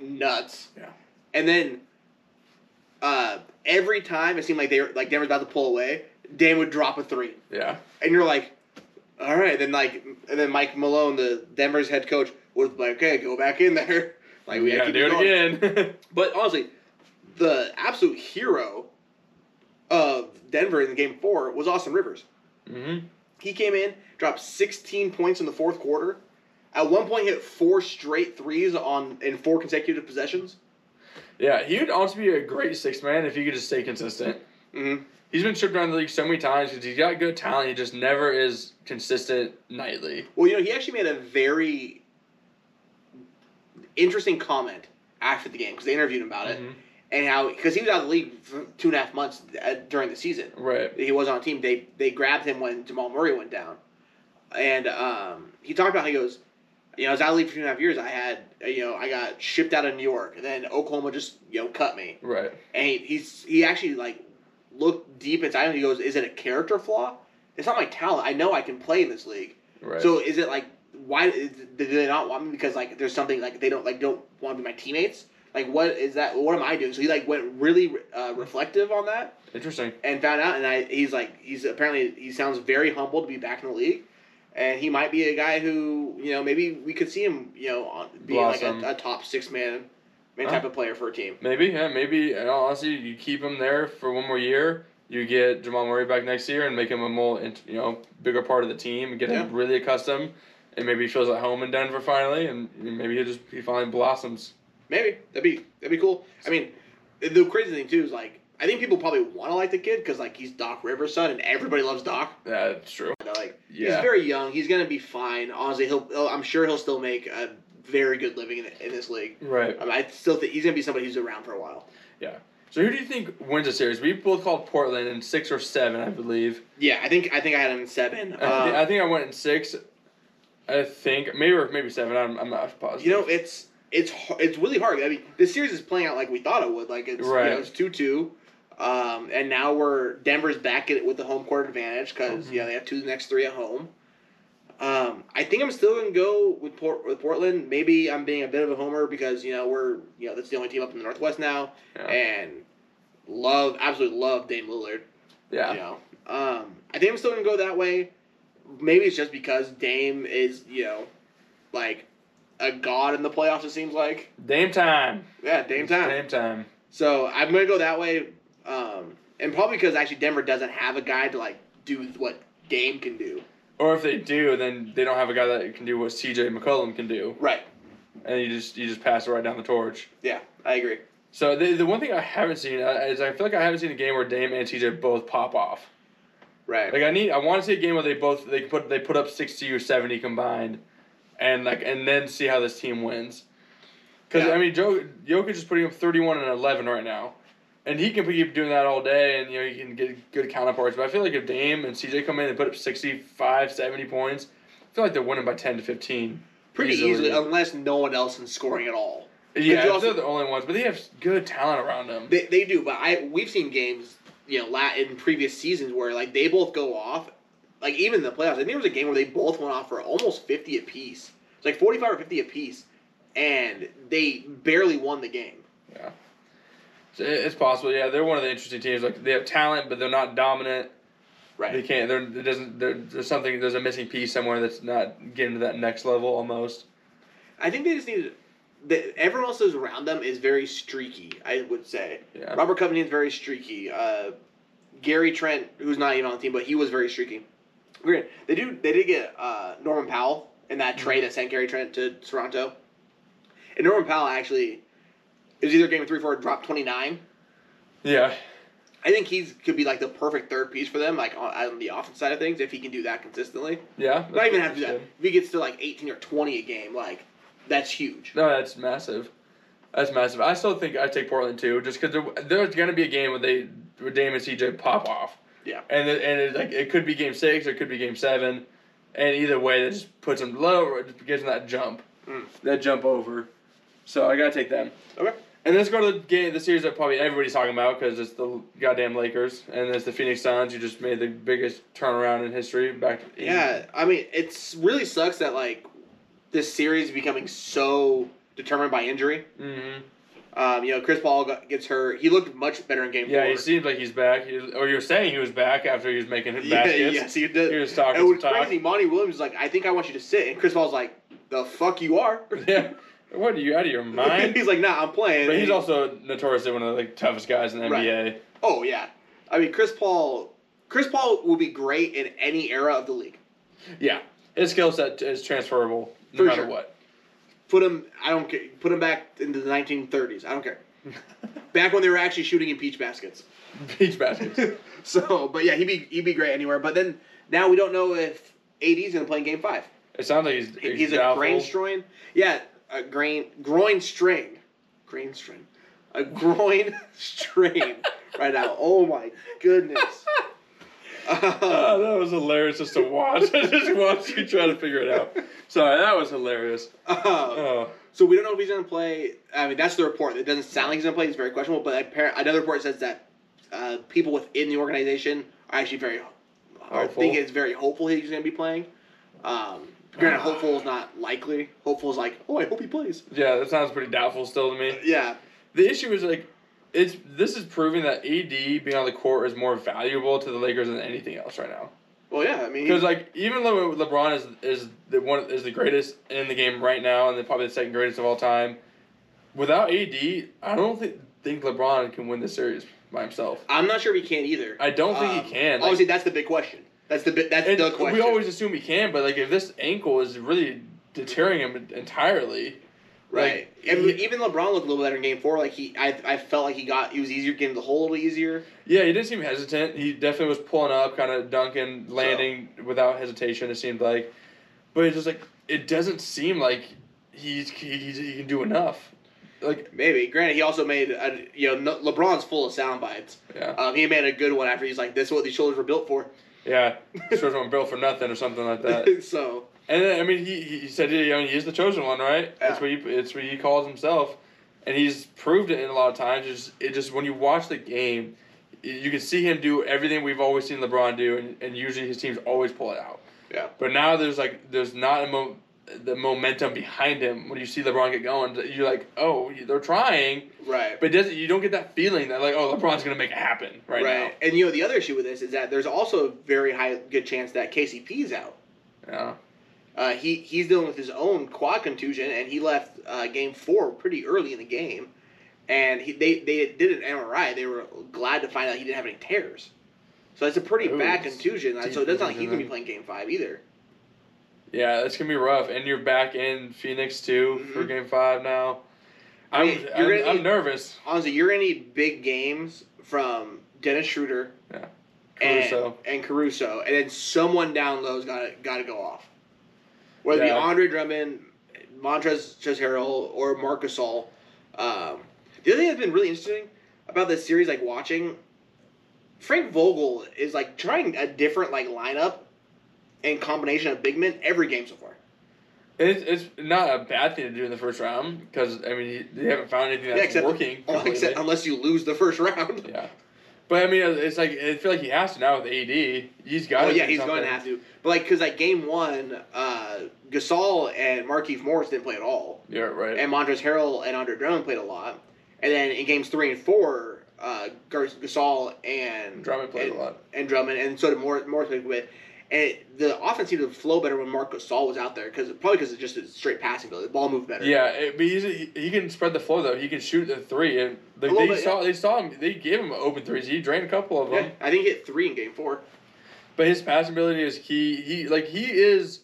S1: nuts.
S2: Yeah.
S1: And then uh, every time it seemed like they were like Denver's about to pull away, Dame would drop a three.
S2: Yeah,
S1: and you're like, all right, then like, and then Mike Malone, the Denver's head coach, was like, okay, go back in there. Like
S2: we
S1: gotta
S2: gotta
S1: keep
S2: do it
S1: going.
S2: again.
S1: But honestly, the absolute hero of Denver in Game Four was Austin Rivers.
S2: hmm
S1: He came in, dropped 16 points in the fourth quarter. At one point, hit four straight threes on in four consecutive possessions.
S2: Yeah, he would also be a great sixth man if he could just stay consistent.
S1: Mm-hmm.
S2: He's been tripped around the league so many times because he's got good talent. He just never is consistent nightly.
S1: Well, you know, he actually made a very interesting comment after the game because they interviewed him about it.
S2: Mhm.
S1: and how because he was out of the league for two and a half months uh, during the season,
S2: Right.
S1: he wasn't on a team. They they grabbed him when Jamal Murray went down, and um, he talked about how he goes, you know, I was out of the league for two and a half years. I had uh, you know I got shipped out of New York, and then Oklahoma just you know cut me,
S2: Right.
S1: and he, he's he actually like looked deep inside him. He goes, is it a character flaw? It's not my talent. I know I can play in this league.
S2: Right.
S1: So is it like why is- did they not want me because like there's something like they don't like don't want to be my teammates? Like what is that? What am I doing? So he like went really uh, reflective on that
S2: interesting.
S1: and found out. And I he's like he's apparently he sounds very humble to be back in the league, and he might be a guy who you know maybe we could see him you know on, being
S2: Blossom.
S1: like a, a top six man man
S2: Huh?
S1: type of player for a team.
S2: Maybe. Yeah. Maybe. And honestly, you keep him there for one more year. You get Jamal Murray back next year and make him a more int- you know bigger part of the team. and Get him really accustomed, and maybe he feels at home in Denver finally, and maybe he just he finally blossoms.
S1: Maybe that'd be that'd be cool. I mean, the crazy thing too is like I think people probably want to like the kid because like he's Doc Rivers' son and everybody loves Doc.
S2: Yeah, that's true.
S1: You know, like
S2: Yeah.
S1: he's very young. He's gonna be fine. Honestly, he'll, he'll- I'm sure he'll still make a very good living in, in this league.
S2: Right.
S1: I, mean, I still think he's gonna be somebody who's around for a while.
S2: So who do you think wins the series? We both called Portland in six or seven, I believe.
S1: Yeah, I think I think I had him in seven.
S2: I, thi-
S1: Um,
S2: I think I went in six. I think maybe or maybe seven. I'm, I'm not positive.
S1: you know, it's it's har- it's really hard. I mean, this series is playing out like we thought it would. Like it's you
S2: Right.
S1: know, it's two two. Um, and now we're Denver's back at it with the home court advantage because
S2: Mm-hmm.
S1: you know they have two of the next three at home. Um, I think I'm still gonna go with Port- with Portland. Maybe I'm being a bit of a homer because you know we're you know that's the only team up in the Northwest now.
S2: yeah.
S1: and love absolutely love Dame Lillard.
S2: Yeah.
S1: You know, um, I think I'm still gonna go that way. Maybe it's just because Dame is you know, like a god in the playoffs. It seems like
S2: Dame time.
S1: yeah, Dame time.
S2: Dame time.
S1: So I'm gonna go that way, um, and probably because actually Denver doesn't have a guy to like do what Dame can do.
S2: Or if they do, then they don't have a guy that can do what C.J. McCollum can do,
S1: Right.
S2: and you just you just pass it right down the torch.
S1: Yeah, I agree.
S2: So the, the one thing I haven't seen uh, is I feel like I haven't seen a game where Dame and C.J. both pop off.
S1: Right.
S2: Like I need, I want to see a game where they both they put they put up sixty or seventy combined, and like and then see how this team wins. Because
S1: Yeah.
S2: I mean, jo- Jokic is putting up thirty one and eleven right now, and he can keep doing that all day, and you know you can get good counterparts. But I feel like if Dame and CJ come in and put up 65, 70 points, I feel like they're winning by ten to fifteen.
S1: Pretty
S2: easily.
S1: easily, unless no one else is scoring at all.
S2: Yeah,
S1: you
S2: they're
S1: also-
S2: the only ones, but they have good talent around them.
S1: They, they do, but I we've seen games you know la in previous seasons where like they both go off, like even in the playoffs. I think there was a game where they both went off for almost fifty apiece. It's like forty five or fifty apiece, and they barely won the game.
S2: So it- it's possible. Yeah, they're one of the interesting teams. Like they have talent, but they're not dominant. They can't. There there doesn't. There, there's something. There's a missing piece somewhere that's not getting to that next level almost.
S1: I think they just need. The, everyone else that's around them is very streaky. I would say
S2: Yeah.
S1: Robert Covington's very streaky. Uh, Gary Trent, who's not even on the team, but he was very streaky. Weird. They do. They did get uh, Norman Powell in that trade that sent Gary Trent to Toronto. And Norman Powell actually it was either game three, or four, drop twenty nine.
S2: Yeah.
S1: I think he's could be like the perfect third piece for them, like on, on the offense side of things, if he can do that consistently.
S2: Yeah.
S1: Not even have to do that. If he gets to like eighteen or twenty a game, like That's huge.
S2: No, that's massive. That's massive. I still think I take Portland too, just because there, there's gonna be a game where they where Dame and CJ pop off.
S1: Yeah.
S2: And it, and it's like it could be game six or it could be game seven, and either way that just puts them low, or it just gives them that jump,
S1: Mm.
S2: that jump over. So I gotta take them.
S1: Okay.
S2: And let's go to the game, the series that probably everybody's talking about because it's the goddamn Lakers and it's the Phoenix Suns. You just made the biggest turnaround in history. Back to
S1: Yeah, I mean, it's really sucks that like this series is becoming so determined by injury.
S2: hmm
S1: Um, you know, Chris Paul got, gets hurt. He looked much better in game
S2: Yeah,
S1: four.
S2: he seems like he's back. He, or you're saying he was back after he was making his
S1: yeah,
S2: baskets.
S1: yes, he did.
S2: He was talking
S1: it was
S2: some talk.
S1: crazy. Monty Williams is like, I think I want you to sit, and Chris Paul's like, the fuck you are.
S2: Yeah. What are you out of your mind?
S1: he's like, nah, I'm playing.
S2: but
S1: And
S2: he's
S1: he-
S2: also notoriously one of the like, toughest guys in the
S1: Right.
S2: NBA.
S1: oh yeah, I mean, Chris Paul. Chris Paul will be great in any era of the league.
S2: Yeah, his skill set is transferable no
S1: For
S2: matter
S1: sure.
S2: what.
S1: Put him, I don't care. Put him back into the 1930s. I don't care. Back when they were actually shooting in peach baskets.
S2: Beach baskets.
S1: so, but yeah, he'd be he'd be great anywhere. But then now we don't know if AD's gonna play in Game Five.
S2: It sounds like he's
S1: He's a
S2: doubtful.
S1: groin strain. Yeah, a grain groin strain, grain strain, a groin strain right now. Oh my goodness.
S2: Oh,
S1: Uh,
S2: that was hilarious just to watch. I just watched you try to figure it out. Sorry, that was hilarious.
S1: uh,
S2: Oh,
S1: so we don't know if he's gonna play. I mean, that's the report. It doesn't sound like he's gonna play. It's very questionable. But apparent, another report says that uh, people within the organization are actually very. I
S2: Hopeful.
S1: think it's very hopeful he's gonna be playing. Um, granted, hopeful is not likely. Hopeful is like, oh, I hope he plays.
S2: yeah, that sounds pretty doubtful still to me.
S1: Yeah,
S2: The issue is like, it's this is proving that AD being on the court is more valuable to the Lakers than anything else right now.
S1: Well, yeah, I mean,
S2: Because like even though LeBron is is the one is the greatest in the game right now and then probably the second greatest of all time, without AD, I don't think think LeBron can win the series by himself.
S1: I'm not sure if he can either.
S2: I don't think he can. Like,
S1: Um, Obviously, that's the big question. That's the bi- that's
S2: and
S1: the question.
S2: we always assume he can, but like if this ankle is really deterring him entirely,
S1: right.
S2: like,
S1: And
S2: he-
S1: even LeBron looked a little better in Game Four. Like he, I, I felt like he got he was easier getting the hole a little easier.
S2: yeah, he didn't seem hesitant. He definitely was pulling up, kind of dunking, landing without hesitation. It seemed like, but it's just like it doesn't seem like he's he, he's, he can do enough. Like
S1: Maybe. Granted, he also made a, you know no, LeBron's full of sound bites.
S2: yeah.
S1: Um, he made a good one after he's like, "This is what these shoulders were built for."
S2: Yeah, chose one built for nothing or something like that.
S1: so
S2: And then, I mean, he he said he, I mean, he's the chosen one, right? That's what he it's what he calls himself, and he's proved it in a lot of times. It's just, it just when you watch the game, y- you can see him do everything we've always seen LeBron do, and, and usually his teams always pull it out.
S1: Yeah.
S2: But now there's like there's not a mo- the momentum behind him when you see LeBron get going. You're like, oh, they're trying,
S1: right,
S2: but it doesn't you don't get that feeling that like oh LeBron's gonna make it happen right,
S1: right, And you know the other issue with this is that there's also a very high good chance that KCP's out.
S2: now. Yeah.
S1: Uh, he he's dealing with his own quad contusion, and he left uh, game four pretty early in the game. And he, they they did an MRI. They were glad to find out he didn't have any tears. So that's a pretty
S2: Ooh,
S1: bad
S2: it's
S1: contusion. Uh,
S2: deep
S1: So it doesn't sound like he's
S2: contusion.
S1: gonna be playing game five either.
S2: Yeah, it's gonna be rough, and you're back in Phoenix too for
S1: Mhm.
S2: Game Five now.
S1: I
S2: I'm
S1: mean, you're
S2: I'm,
S1: gonna
S2: I'm
S1: need-
S2: nervous.
S1: Honestly, you're gonna need big games from Dennis Schroeder
S2: Caruso.
S1: and, and Caruso, and then someone down low's got to got to go off. Whether it
S2: Yeah.
S1: be Andre Drummond, Montrez Harrell, or Marcus All. Um, the other thing that's been really interesting about this series, like watching, Frank Vogel is like trying a different like lineup and combination of big men every game so far.
S2: It's, it's not a bad thing to do in the first round because I mean you, they haven't found anything
S1: yeah,
S2: that's
S1: except,
S2: working.
S1: oh,
S2: completely.
S1: except unless you lose the first round.
S2: yeah, but I mean it's like I feel like he has to now with AD. He's got.
S1: Oh yeah, he's going to have to. But like, cause like game one, uh, Gasol and Markeith Morris didn't play at all.
S2: Yeah, right.
S1: and Montrezl Harrell and Andre Drummond played a lot. And then in games three and four, uh, Gar- Gasol and
S2: Drummond played
S1: and-
S2: a lot.
S1: and Drummond, and so did Morris, Morris played a bit. And it, the offense seemed to flow better when Mark Gasol was out there, because probably because it's just his straight passing, but the ball moved better.
S2: Yeah, it, but he's, he, he can spread the floor though. He can shoot the three, and like,
S1: little
S2: they
S1: bit,
S2: saw they saw him. They gave him open threes. He drained a couple of them.
S1: Yeah, I think he hit three in game four.
S2: But his passing ability is key. He like he is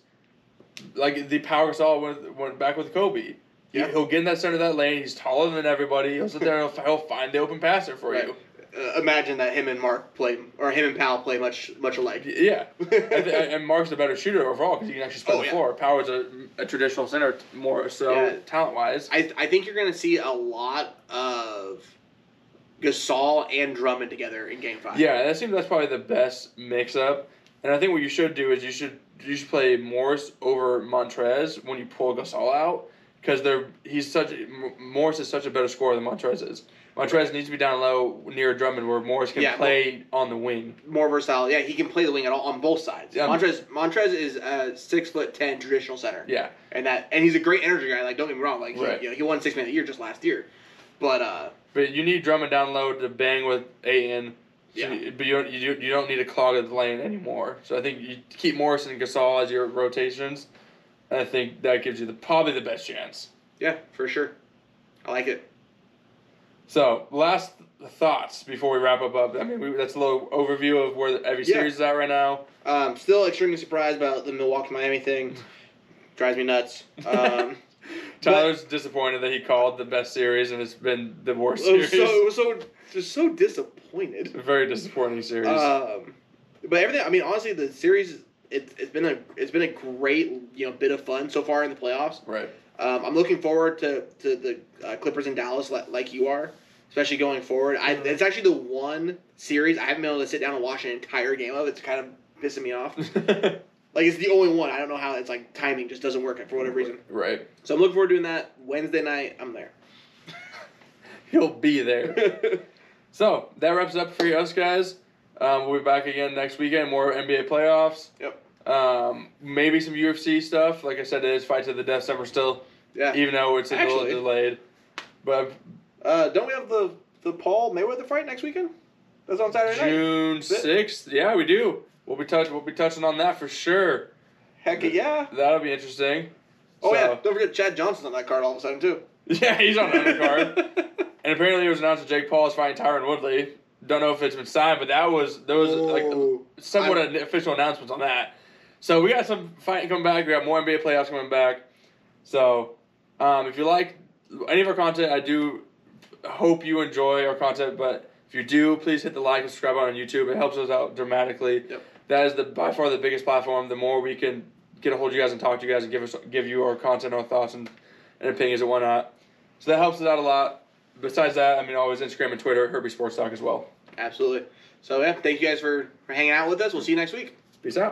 S2: like the power saw went, went back with Kobe. He,
S1: Yeah.
S2: He'll get in that center of that lane. He's taller than everybody. He'll sit there and he'll, he'll find the open passer for
S1: Right.
S2: you.
S1: uh, imagine that him and Mark play or him and Powell play much much alike.
S2: Yeah, I th- I- and Mark's a better shooter overall because he can actually spread
S1: Oh,
S2: the
S1: yeah.
S2: floor. Powell's a, a traditional center t- more so
S1: Yeah.
S2: talent wise.
S1: I, I think you're going to see a lot of Gasol and Drummond together in Game Five.
S2: Yeah, that seems that's probably the best mix up. And I think what you should do is you should you should play Morris over Montrez when you pull Gasol out because they're he's such M- Morris is such a better scorer than Montrez is. Montrez needs to be down low near Drummond where Morris can
S1: Yeah,
S2: play on the wing.
S1: more versatile. Yeah, he can play the wing at all on both sides.
S2: Yeah.
S1: Montrez Montrez is a six foot ten traditional center.
S2: Yeah,
S1: and that and he's a great energy guy. Like don't get me wrong, like he,
S2: Right.
S1: you know, he won six man of the year just last year, but uh,
S2: but you need Drummond down low to bang with Aiton. So
S1: Yeah.
S2: you- but you don't, you, you don't need to clog the lane anymore. So I think you keep Morris and Gasol as your rotations, and I think that gives you the probably the best chance.
S1: yeah, for sure, I like it.
S2: So, last thoughts before we wrap up. up. I mean, we, that's a little overview of where the, every
S1: Yeah.
S2: series is at right now.
S1: Um, still extremely surprised about the Milwaukee Miami thing. Drives me nuts. Um,
S2: Tyler's disappointed that he called the best series, and it's been the worst
S1: it was
S2: series.
S1: so it was so just so disappointed.
S2: Very disappointing series.
S1: Um, but everything. I mean, honestly, the series it, it's been a it's been a great you know bit of fun so far in the playoffs.
S2: right.
S1: Um, I'm looking forward to to the uh, Clippers in Dallas li- like you are, especially going forward. I,
S2: Mhm.
S1: it's actually the one series I haven't been able to sit down and watch an entire game of. It's kind of pissing me off. Like it's the only one. I don't know how it's like timing just doesn't work for whatever reason.
S2: Right.
S1: So I'm looking forward to doing that Wednesday night. I'm there.
S2: He'll be there. so, that wraps up for us, guys. Um, we'll be back again next weekend. More NBA playoffs.
S1: Yep.
S2: Um, maybe some UFC stuff. Like I said, it is Fight to the Death Summer still,
S1: yeah.
S2: even though it's a little
S1: Actually-
S2: delayed. But
S1: Uh, don't we have the the Paul Mayweather fight next weekend? That's on Saturday night.
S2: June
S1: That's it.
S2: sixth. Yeah, we do. We'll be touch. We'll be touching on that for sure.
S1: Heck yeah.
S2: That'll be interesting.
S1: Oh
S2: So-
S1: yeah. Don't forget Chad Johnson's on that card all of a sudden too.
S2: Yeah, he's on the undercard. and apparently, it was announced that Jake Paul is fighting Tyron Woodley. Don't know if it's been signed, but that was there was like
S1: Whoa.
S2: somewhat an official announcements on that. So we got some fighting coming back. We got more NBA playoffs coming back. So um, if you like any of our content, I do hope you enjoy our content. But if you do, please hit the like and subscribe on YouTube. It helps us out dramatically.
S1: Yep.
S2: That is the by far the biggest platform. The more we can get a hold of you guys and talk to you guys and give us give you our content, our thoughts and, and opinions and whatnot. So that helps us out a lot. Besides that, I mean, always Instagram and Twitter, Herbie Sports Talk as well.
S1: Absolutely. So yeah, thank you guys for, for hanging out with us. We'll see you next week.
S2: Peace out.